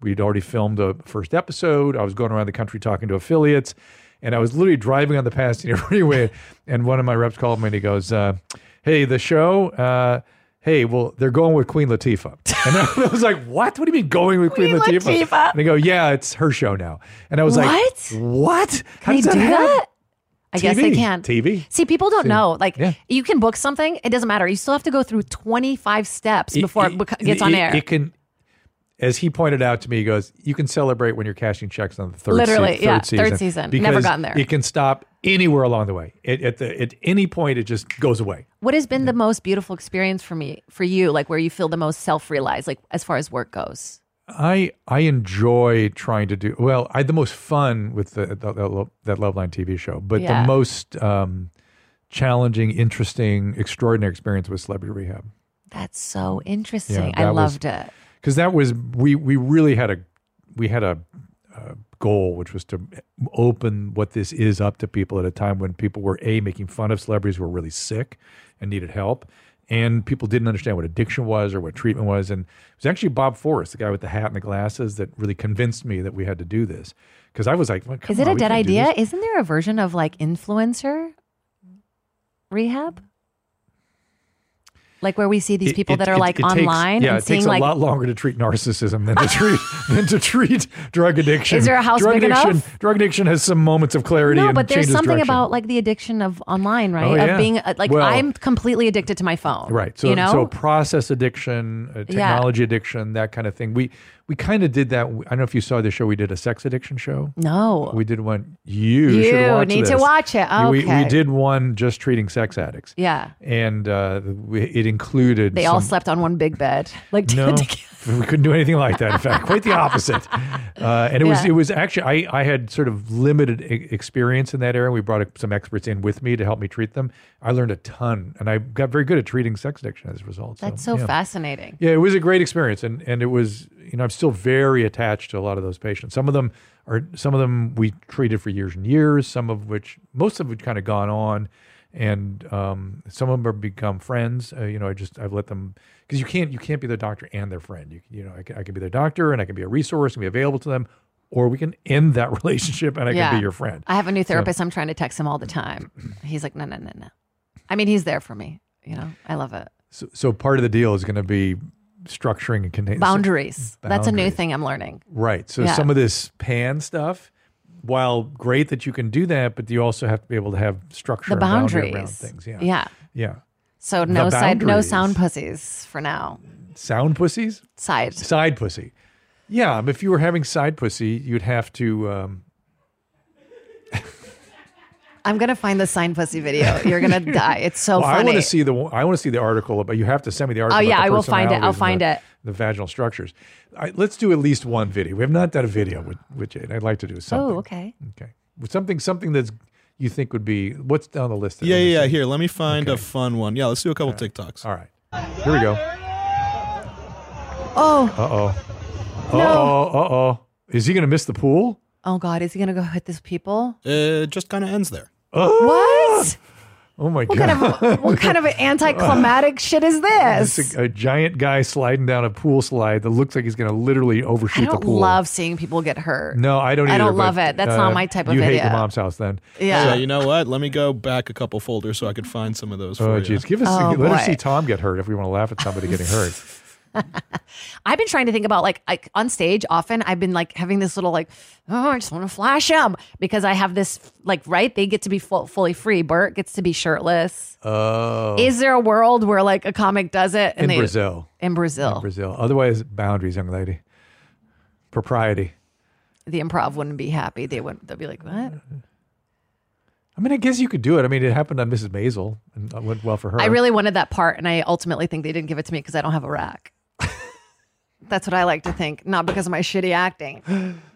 Speaker 1: We'd already filmed the first episode. I was going around the country talking to affiliates, and I was literally driving on the (laughs) Pasadena freeway. and one of my reps called me and he goes, uh, "Hey, the show." Uh, Hey, well, they're going with Queen Latifah. (laughs) And I was like, what? What do you mean going with Queen,
Speaker 2: Queen
Speaker 1: Latifah?
Speaker 2: Latifah.
Speaker 1: And they go, yeah, it's her show now. And I was
Speaker 2: What?
Speaker 1: like, what? How
Speaker 2: Can they
Speaker 1: does
Speaker 2: do
Speaker 1: happen?
Speaker 2: that? I guess they
Speaker 1: TV.
Speaker 2: can.
Speaker 1: TV.
Speaker 2: See, people don't know. Like,
Speaker 1: Yeah.
Speaker 2: you can book something; it doesn't matter. You still have to go through twenty five steps before it, beco- gets on
Speaker 1: it-
Speaker 2: air.
Speaker 1: It can, as he pointed out to me, he goes, "You can celebrate when you're cashing checks on the third,
Speaker 2: Literally,
Speaker 1: se- third
Speaker 2: yeah,
Speaker 1: season,
Speaker 2: third season. Never
Speaker 1: because
Speaker 2: gotten there.
Speaker 1: It can stop anywhere along the way. It, at the at any point, it just goes away.
Speaker 2: what has been the most beautiful experience for me, for you? Like, where you feel the most self realized, like as far as work goes.
Speaker 1: I I enjoy trying to do well. I had the most fun with the, the, the Lo- that Loveline TV show, but
Speaker 2: Yeah.
Speaker 1: the most um, challenging, interesting, extraordinary experience was Celebrity Rehab.
Speaker 2: That's so interesting.
Speaker 1: that
Speaker 2: I
Speaker 1: was-
Speaker 2: loved it.
Speaker 1: because that was we we really had a we had a, a goal which was to open what this is up to people at a time when people were a making fun of celebrities who were really sick and needed help and people didn't understand what addiction was or what treatment was and it was actually bob forrest the guy with the hat and the glasses that really convinced me that we had to do this because i was like well, come
Speaker 2: Is it
Speaker 1: on,
Speaker 2: a
Speaker 1: we
Speaker 2: dead
Speaker 1: can't do
Speaker 2: idea?
Speaker 1: this.
Speaker 2: Isn't there a version of like influencer rehab? Like where we see these
Speaker 1: It-
Speaker 2: people
Speaker 1: it-
Speaker 2: that are
Speaker 1: it-
Speaker 2: like
Speaker 1: it takes-
Speaker 2: online
Speaker 1: yeah
Speaker 2: and
Speaker 1: it
Speaker 2: seeing
Speaker 1: takes a
Speaker 2: like
Speaker 1: lot longer to treat narcissism than to treat (laughs) than to treat drug addiction
Speaker 2: Is there a house
Speaker 1: drug
Speaker 2: big
Speaker 1: addiction
Speaker 2: enough?
Speaker 1: drug addiction has some moments of clarity
Speaker 2: no,
Speaker 1: and
Speaker 2: but there's
Speaker 1: changes
Speaker 2: something
Speaker 1: direction.
Speaker 2: about like the addiction of online, right?
Speaker 1: Oh, yeah.
Speaker 2: Of being uh, like
Speaker 1: Well-
Speaker 2: I'm completely addicted to my phone,
Speaker 1: Right. So,
Speaker 2: you know,
Speaker 1: so process addiction, uh, technology addiction, that kind of thing. We we kind of did that. I don't know if you saw the show. We did a sex addiction show.
Speaker 2: no,
Speaker 1: We did one. You, should
Speaker 2: You
Speaker 1: watch
Speaker 2: need to
Speaker 1: this.
Speaker 2: watch it.
Speaker 1: We, we
Speaker 2: Okay.
Speaker 1: did one just treating sex addicts.
Speaker 2: yeah,
Speaker 1: And uh, we, it included.
Speaker 2: they all
Speaker 1: some-
Speaker 2: slept on one big bed, like (laughs)
Speaker 1: no,
Speaker 2: together.
Speaker 1: (laughs) we couldn't do anything like
Speaker 2: (laughs)
Speaker 1: that. In fact, quite the opposite. Uh, and it was
Speaker 2: Yeah.
Speaker 1: it was actually I I had sort of limited e- experience in that area. We brought some experts in with me to help me treat them. I learned a ton, and I got very good at treating sex addiction as a result.
Speaker 2: That's so
Speaker 1: yeah.
Speaker 2: fascinating.
Speaker 1: Yeah, it was a great experience, and and it was you know I'm still very attached to a lot of those patients. Some of them are some of them we treated for years and years. Some of which most of which kind of gone on, and um, some of them have become friends. Uh, you know, I just I've let them because you can't you can't be their doctor and their friend. You you know I can, I can be their doctor and I can be a resource and be available to them, or we can end that (laughs) relationship and I
Speaker 2: yeah.
Speaker 1: can be your friend.
Speaker 2: I have a new therapist. I'm trying to text him all the time. He's like, no, no, no, no. I mean, he's there for me. You know, I love it.
Speaker 1: So, so part of the deal is going to be structuring and containing
Speaker 2: Boundaries. That's a new
Speaker 1: Boundaries.
Speaker 2: thing I'm learning.
Speaker 1: Right. So
Speaker 2: Yeah.
Speaker 1: some of this pan stuff, while great that you can do that, but you also have to be able to have structure
Speaker 2: The
Speaker 1: and boundary
Speaker 2: boundaries.
Speaker 1: around things. Yeah.
Speaker 2: Yeah.
Speaker 1: Yeah.
Speaker 2: So no side, no
Speaker 1: boundaries.
Speaker 2: sound pussies for now.
Speaker 1: Sound pussies?
Speaker 2: Side.
Speaker 1: Side pussy. Yeah. um, If you were having side pussy, you'd have to um,
Speaker 2: I'm gonna find the sign pussy video.
Speaker 1: (laughs)
Speaker 2: You're gonna die. It's so
Speaker 1: Well, I
Speaker 2: Oh, funny.
Speaker 1: want to see the I want to see the article, but you have to send me the article.
Speaker 2: Oh, yeah,
Speaker 1: about the
Speaker 2: I will find it. I'll
Speaker 1: personalities
Speaker 2: find
Speaker 1: and the,
Speaker 2: it.
Speaker 1: The vaginal structures. All right, let's do at least one video. We have not done a video with with Jade. I'd like to do something.
Speaker 2: oh, okay.
Speaker 1: Okay. Something something that's you think would be what's down the list. there?
Speaker 4: Yeah,
Speaker 1: Let me
Speaker 4: yeah, yeah.
Speaker 1: see.
Speaker 4: Here, let me find a fun one. Yeah, let's do a couple TikToks.
Speaker 1: All right. Here we go.
Speaker 2: Oh,
Speaker 1: Uh oh. Uh oh. Uh oh. Is he going to miss the pool?
Speaker 2: oh God, is he gonna go hit these people?
Speaker 4: It Uh, just kind of ends there.
Speaker 1: (gasps)
Speaker 2: What?
Speaker 1: Oh my
Speaker 2: What
Speaker 1: God.
Speaker 2: kind (laughs) of
Speaker 1: (laughs)
Speaker 2: what kind of anticlimactic shit is
Speaker 1: It's
Speaker 2: this?
Speaker 1: a, a giant guy sliding down a pool slide that looks like he's going to literally
Speaker 2: I
Speaker 1: overshoot the
Speaker 2: don't
Speaker 1: pool.
Speaker 2: love seeing people get hurt.
Speaker 1: no, I don't either.
Speaker 2: I don't
Speaker 1: but, uh,
Speaker 2: love it. That's not my type of
Speaker 1: You hate your
Speaker 2: video.
Speaker 1: mom's house then.
Speaker 4: So
Speaker 2: Yeah.
Speaker 4: you know what? Let me go back a couple folders so I could find some of those for
Speaker 1: Oh,
Speaker 4: you.
Speaker 1: jeez. Give us,
Speaker 2: Oh,
Speaker 1: let us
Speaker 2: boy. (laughs)
Speaker 1: see Tom get hurt if we want to laugh at somebody getting hurt.
Speaker 2: I've been trying to think about like I, on stage often I've been like having this little like oh I just want to flash them because I have this like right they get to be full, fully free Bert gets to be shirtless.
Speaker 1: Oh,
Speaker 2: Is there a world where like a comic does it
Speaker 1: in
Speaker 2: they, Oh.
Speaker 1: Brazil,
Speaker 2: in Brazil
Speaker 1: Brazil. Otherwise, boundaries, young lady. Propriety.
Speaker 2: the improv wouldn't be happy they would they'd be like what
Speaker 1: I mean, I guess you could do it. I mean, it happened on Mrs. Maisel and it went well for her.
Speaker 2: I really wanted that part, and I ultimately think they didn't give it to me because I don't have a
Speaker 1: (laughs)
Speaker 2: rack. That's what I like to think, not because of my shitty acting.
Speaker 1: (clears throat)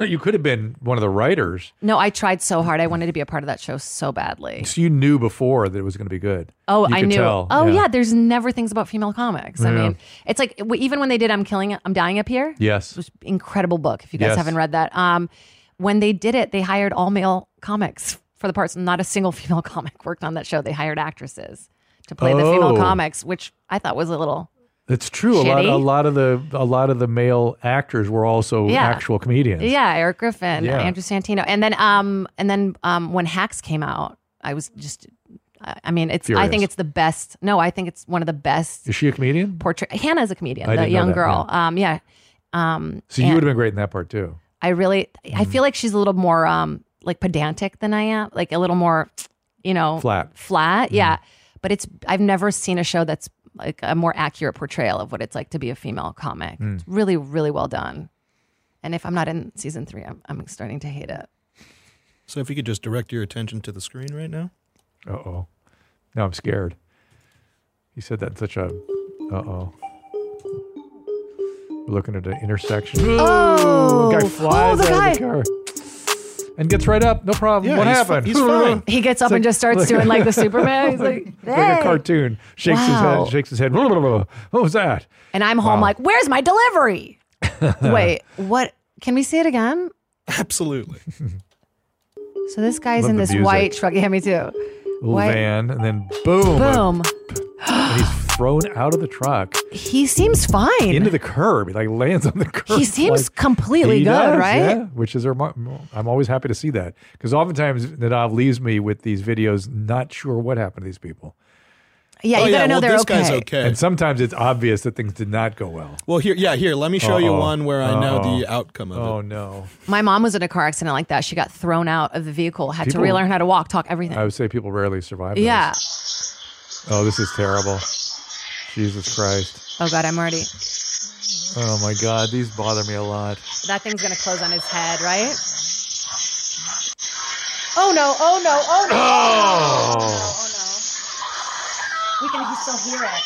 Speaker 1: you could have been one of the writers,
Speaker 2: No, I tried so hard. I wanted to be a part of that show so badly.
Speaker 1: so you knew before that it was going to be good.
Speaker 2: Oh,
Speaker 1: You
Speaker 2: I
Speaker 1: could
Speaker 2: knew.
Speaker 1: tell.
Speaker 2: Oh, yeah. There's never things about female comics. I
Speaker 1: Yeah.
Speaker 2: mean, it's like w- even when they did "I'm Killing It, I'm Dying Up Here."
Speaker 1: Yes.
Speaker 2: was incredible book. If you guys
Speaker 1: Yes.
Speaker 2: haven't read that, um, when they did it, they hired all male comics for the parts. Not a single (laughs) female comic worked on that show. They hired actresses to play the
Speaker 1: Oh.
Speaker 2: female comics, which I thought was a little
Speaker 1: It's true. A lot, a
Speaker 2: Shitty.
Speaker 1: lot of the a lot of the male actors were also
Speaker 2: Yeah.
Speaker 1: actual comedians.
Speaker 2: Yeah, Eric Griffin,
Speaker 1: Yeah.
Speaker 2: Andrew Santino, and then um, and then um, when Hacks came out, I was just, I I mean, it's I
Speaker 1: Furious.
Speaker 2: think it's the best. No, I think it's one of the best
Speaker 1: Is she a comedian?
Speaker 2: portrait. Hannah's a comedian,
Speaker 1: I
Speaker 2: the
Speaker 1: didn't know
Speaker 2: young
Speaker 1: that,
Speaker 2: girl. Um, yeah, um,
Speaker 1: So you
Speaker 2: and
Speaker 1: would have been great in that part too.
Speaker 2: I really, I feel
Speaker 1: Mm.
Speaker 2: like she's a little more um, like pedantic than I am, like a little more, you know,
Speaker 1: Flat. Mm.
Speaker 2: flat. Yeah, but it's I've never seen a show that's like a more accurate portrayal of what it's like to be a female comic.
Speaker 1: Mm.
Speaker 2: It's really, really well done. And if I'm not in season three, I'm, I'm starting to hate it.
Speaker 4: So if you could just direct your attention to the screen right now.
Speaker 1: Uh oh. Now I'm scared. You said that in such a. Uh oh. We're looking at an intersection.
Speaker 2: Oh,
Speaker 1: guy flies
Speaker 2: oh, the
Speaker 1: out
Speaker 2: guy.
Speaker 1: of the car and gets right up. No problem.
Speaker 4: Yeah,
Speaker 1: what
Speaker 4: he's fi-
Speaker 1: happened? (laughs)
Speaker 4: he's fine.
Speaker 2: He gets up and just starts doing like the Superman. He's like,
Speaker 1: like
Speaker 2: "Hey."
Speaker 1: a cartoon. Shakes his
Speaker 2: Wow.
Speaker 1: head. Shakes his head. (laughs) What was that?
Speaker 2: and I'm home like, where's
Speaker 1: (laughs)
Speaker 2: my delivery? Wait, what? Can we see it again?
Speaker 4: Absolutely.
Speaker 2: So this guy's
Speaker 1: Love
Speaker 2: in
Speaker 1: the
Speaker 2: this
Speaker 1: music.
Speaker 2: white truck. Yeah, me too.
Speaker 1: Little
Speaker 2: Why-
Speaker 1: van, and then boom,
Speaker 2: Boom.
Speaker 1: and he's thrown out of the truck
Speaker 2: He seems fine.
Speaker 1: into the curb. He like lands on the (laughs) curb.
Speaker 2: he seems
Speaker 1: like-
Speaker 2: completely
Speaker 1: He
Speaker 2: good,
Speaker 1: does,
Speaker 2: right?
Speaker 1: Yeah, which is her. I'm always happy to see that because oftentimes Nadav leaves me with these videos, not sure what happened to these people,
Speaker 2: Yeah,
Speaker 4: oh
Speaker 2: you gotta
Speaker 4: yeah,
Speaker 2: know
Speaker 4: well
Speaker 2: they're
Speaker 4: this
Speaker 2: okay.
Speaker 4: guy's okay.
Speaker 1: and sometimes it's obvious that things did not go well.
Speaker 4: Well, here, yeah, here. Let me show you
Speaker 1: Uh-oh.
Speaker 4: one where I know
Speaker 1: Uh-oh.
Speaker 4: the outcome of
Speaker 1: Oh
Speaker 4: it.
Speaker 1: no!
Speaker 2: My mom was in a car accident like that. She got thrown out of the vehicle, had
Speaker 1: People- Oh,
Speaker 2: to relearn how to walk, talk, everything.
Speaker 1: I would say people rarely survive.
Speaker 2: yeah.
Speaker 1: Those. Oh, this is terrible. Jesus Christ.
Speaker 2: Oh God, I'm already.
Speaker 1: Oh my God, these bother me a lot.
Speaker 2: That thing's gonna close on his head, right? Oh no! Oh no! Oh no!
Speaker 1: Oh.
Speaker 2: Oh no! We can still hear it.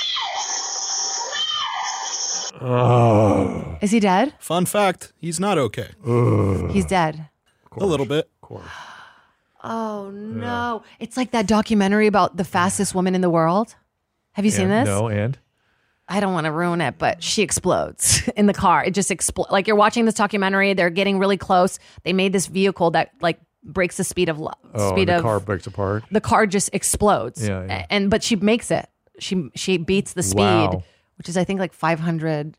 Speaker 1: Oh.
Speaker 2: Is he dead?
Speaker 4: Fun fact: he's not okay.
Speaker 2: He's dead.
Speaker 4: A little bit.
Speaker 1: Of course.
Speaker 2: Oh no! It's like that documentary about the fastest woman in the world. Have you seen
Speaker 1: And-
Speaker 2: this?
Speaker 1: No, and
Speaker 2: I don't want to ruin it, but she explodes (laughs) in the car. It just explodes. Like you're watching this documentary, they're getting really close. They made this vehicle that like breaks the speed of lo-
Speaker 1: oh, and
Speaker 2: speed
Speaker 1: the
Speaker 2: of
Speaker 1: car breaks apart.
Speaker 2: the car just explodes.
Speaker 1: Yeah, yeah.
Speaker 2: A- And but she makes it. She she beats the speed,
Speaker 1: Wow.
Speaker 2: which is I think like 500.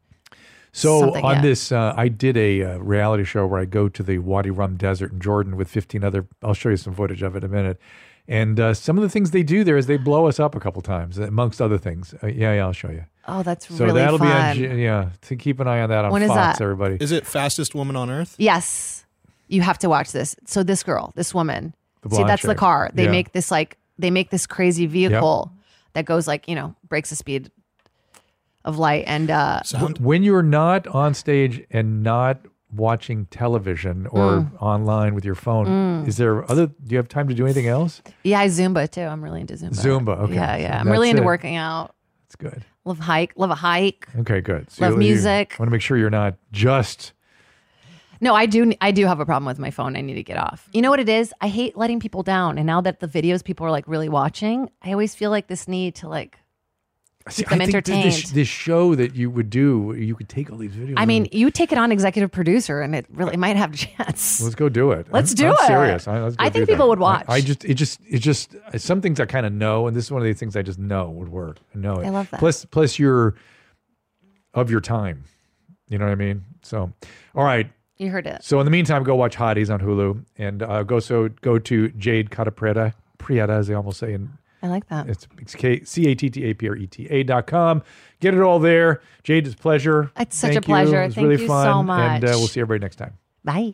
Speaker 1: So
Speaker 2: Something,
Speaker 1: on
Speaker 2: yeah.
Speaker 1: this, uh, I did a uh, reality show where I go to the Wadi Rum Desert in Jordan with 15 other. I'll show you some footage of it in a minute. And uh, some of the things they do there is they blow us up a couple times, amongst other things. Uh, yeah, yeah, I'll show you.
Speaker 2: Oh, that's
Speaker 1: So
Speaker 2: really
Speaker 1: that'll
Speaker 2: fun.
Speaker 1: be on. G- Yeah, to keep an eye on that on
Speaker 2: When is
Speaker 1: Fox,
Speaker 2: that?
Speaker 1: everybody.
Speaker 4: Is it fastest woman on earth?
Speaker 2: yes, you have to watch this. So this girl, this woman,
Speaker 1: The
Speaker 2: see
Speaker 1: blonde
Speaker 2: that's the
Speaker 1: chick.
Speaker 2: car. They
Speaker 1: Yeah.
Speaker 2: make this like they make this crazy vehicle that goes like you know breaks the speed of light and uh
Speaker 4: Sound.
Speaker 1: when you're not on stage and not watching television or
Speaker 2: Mm.
Speaker 1: online with your phone, is there other? Do you have time to do anything else?
Speaker 2: Yeah, I Zumba too. I'm really into Zumba.
Speaker 1: Zumba, okay.
Speaker 2: Yeah,
Speaker 1: So
Speaker 2: yeah. I'm
Speaker 1: that's
Speaker 2: really into
Speaker 1: it.
Speaker 2: working out.
Speaker 1: That's good.
Speaker 2: Love hike. Love a hike.
Speaker 1: Okay, good. So
Speaker 2: Love
Speaker 1: you- you
Speaker 2: music.
Speaker 1: want to make sure you're not just.
Speaker 2: No, I do. I do have a problem with my phone. I need to get off. You know what it is? I hate letting people down. And now that the videos people are like really watching, I always feel like this need to like.
Speaker 1: See,
Speaker 2: them
Speaker 1: I think that This,
Speaker 2: entertained.
Speaker 1: this show that you would do, you could take all these videos.
Speaker 2: I mean,
Speaker 1: and-
Speaker 2: you take it on executive producer, and it really might have a chance.
Speaker 1: let's go do it.
Speaker 2: Let's
Speaker 1: I'm-
Speaker 2: do
Speaker 1: I'm
Speaker 2: it.
Speaker 1: Serious. I, let's go
Speaker 2: I
Speaker 1: do
Speaker 2: think
Speaker 1: that.
Speaker 2: people would watch.
Speaker 1: I, I just, it just, it just, some things I kind of know, and this is one of the things I just know would work. I know it.
Speaker 2: I love that.
Speaker 1: Plus, plus you're of your time. You know what I mean? So, all right.
Speaker 2: You heard it.
Speaker 1: So in the meantime, go watch Hotties on Hulu, and uh, go so go to Jade Catapreta, Prieta, as they almost say in
Speaker 2: I like that.
Speaker 1: It's K- C-A-T-T-A-P-R-E-T-A E dot com. Get it all there. Jade, it's a pleasure.
Speaker 2: It's such a
Speaker 1: Thank
Speaker 2: pleasure.
Speaker 1: You. It was
Speaker 2: Thank
Speaker 1: really
Speaker 2: you
Speaker 1: fun.
Speaker 2: so
Speaker 1: And uh,
Speaker 2: much.
Speaker 1: we'll see everybody next time.
Speaker 2: Bye.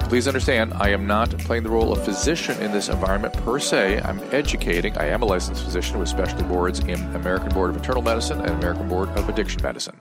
Speaker 3: Please understand, I am not playing the role of physician in this environment per se. I'm educating. I am a licensed physician with specialty boards in American Board of Internal Medicine and American Board of Addiction Medicine.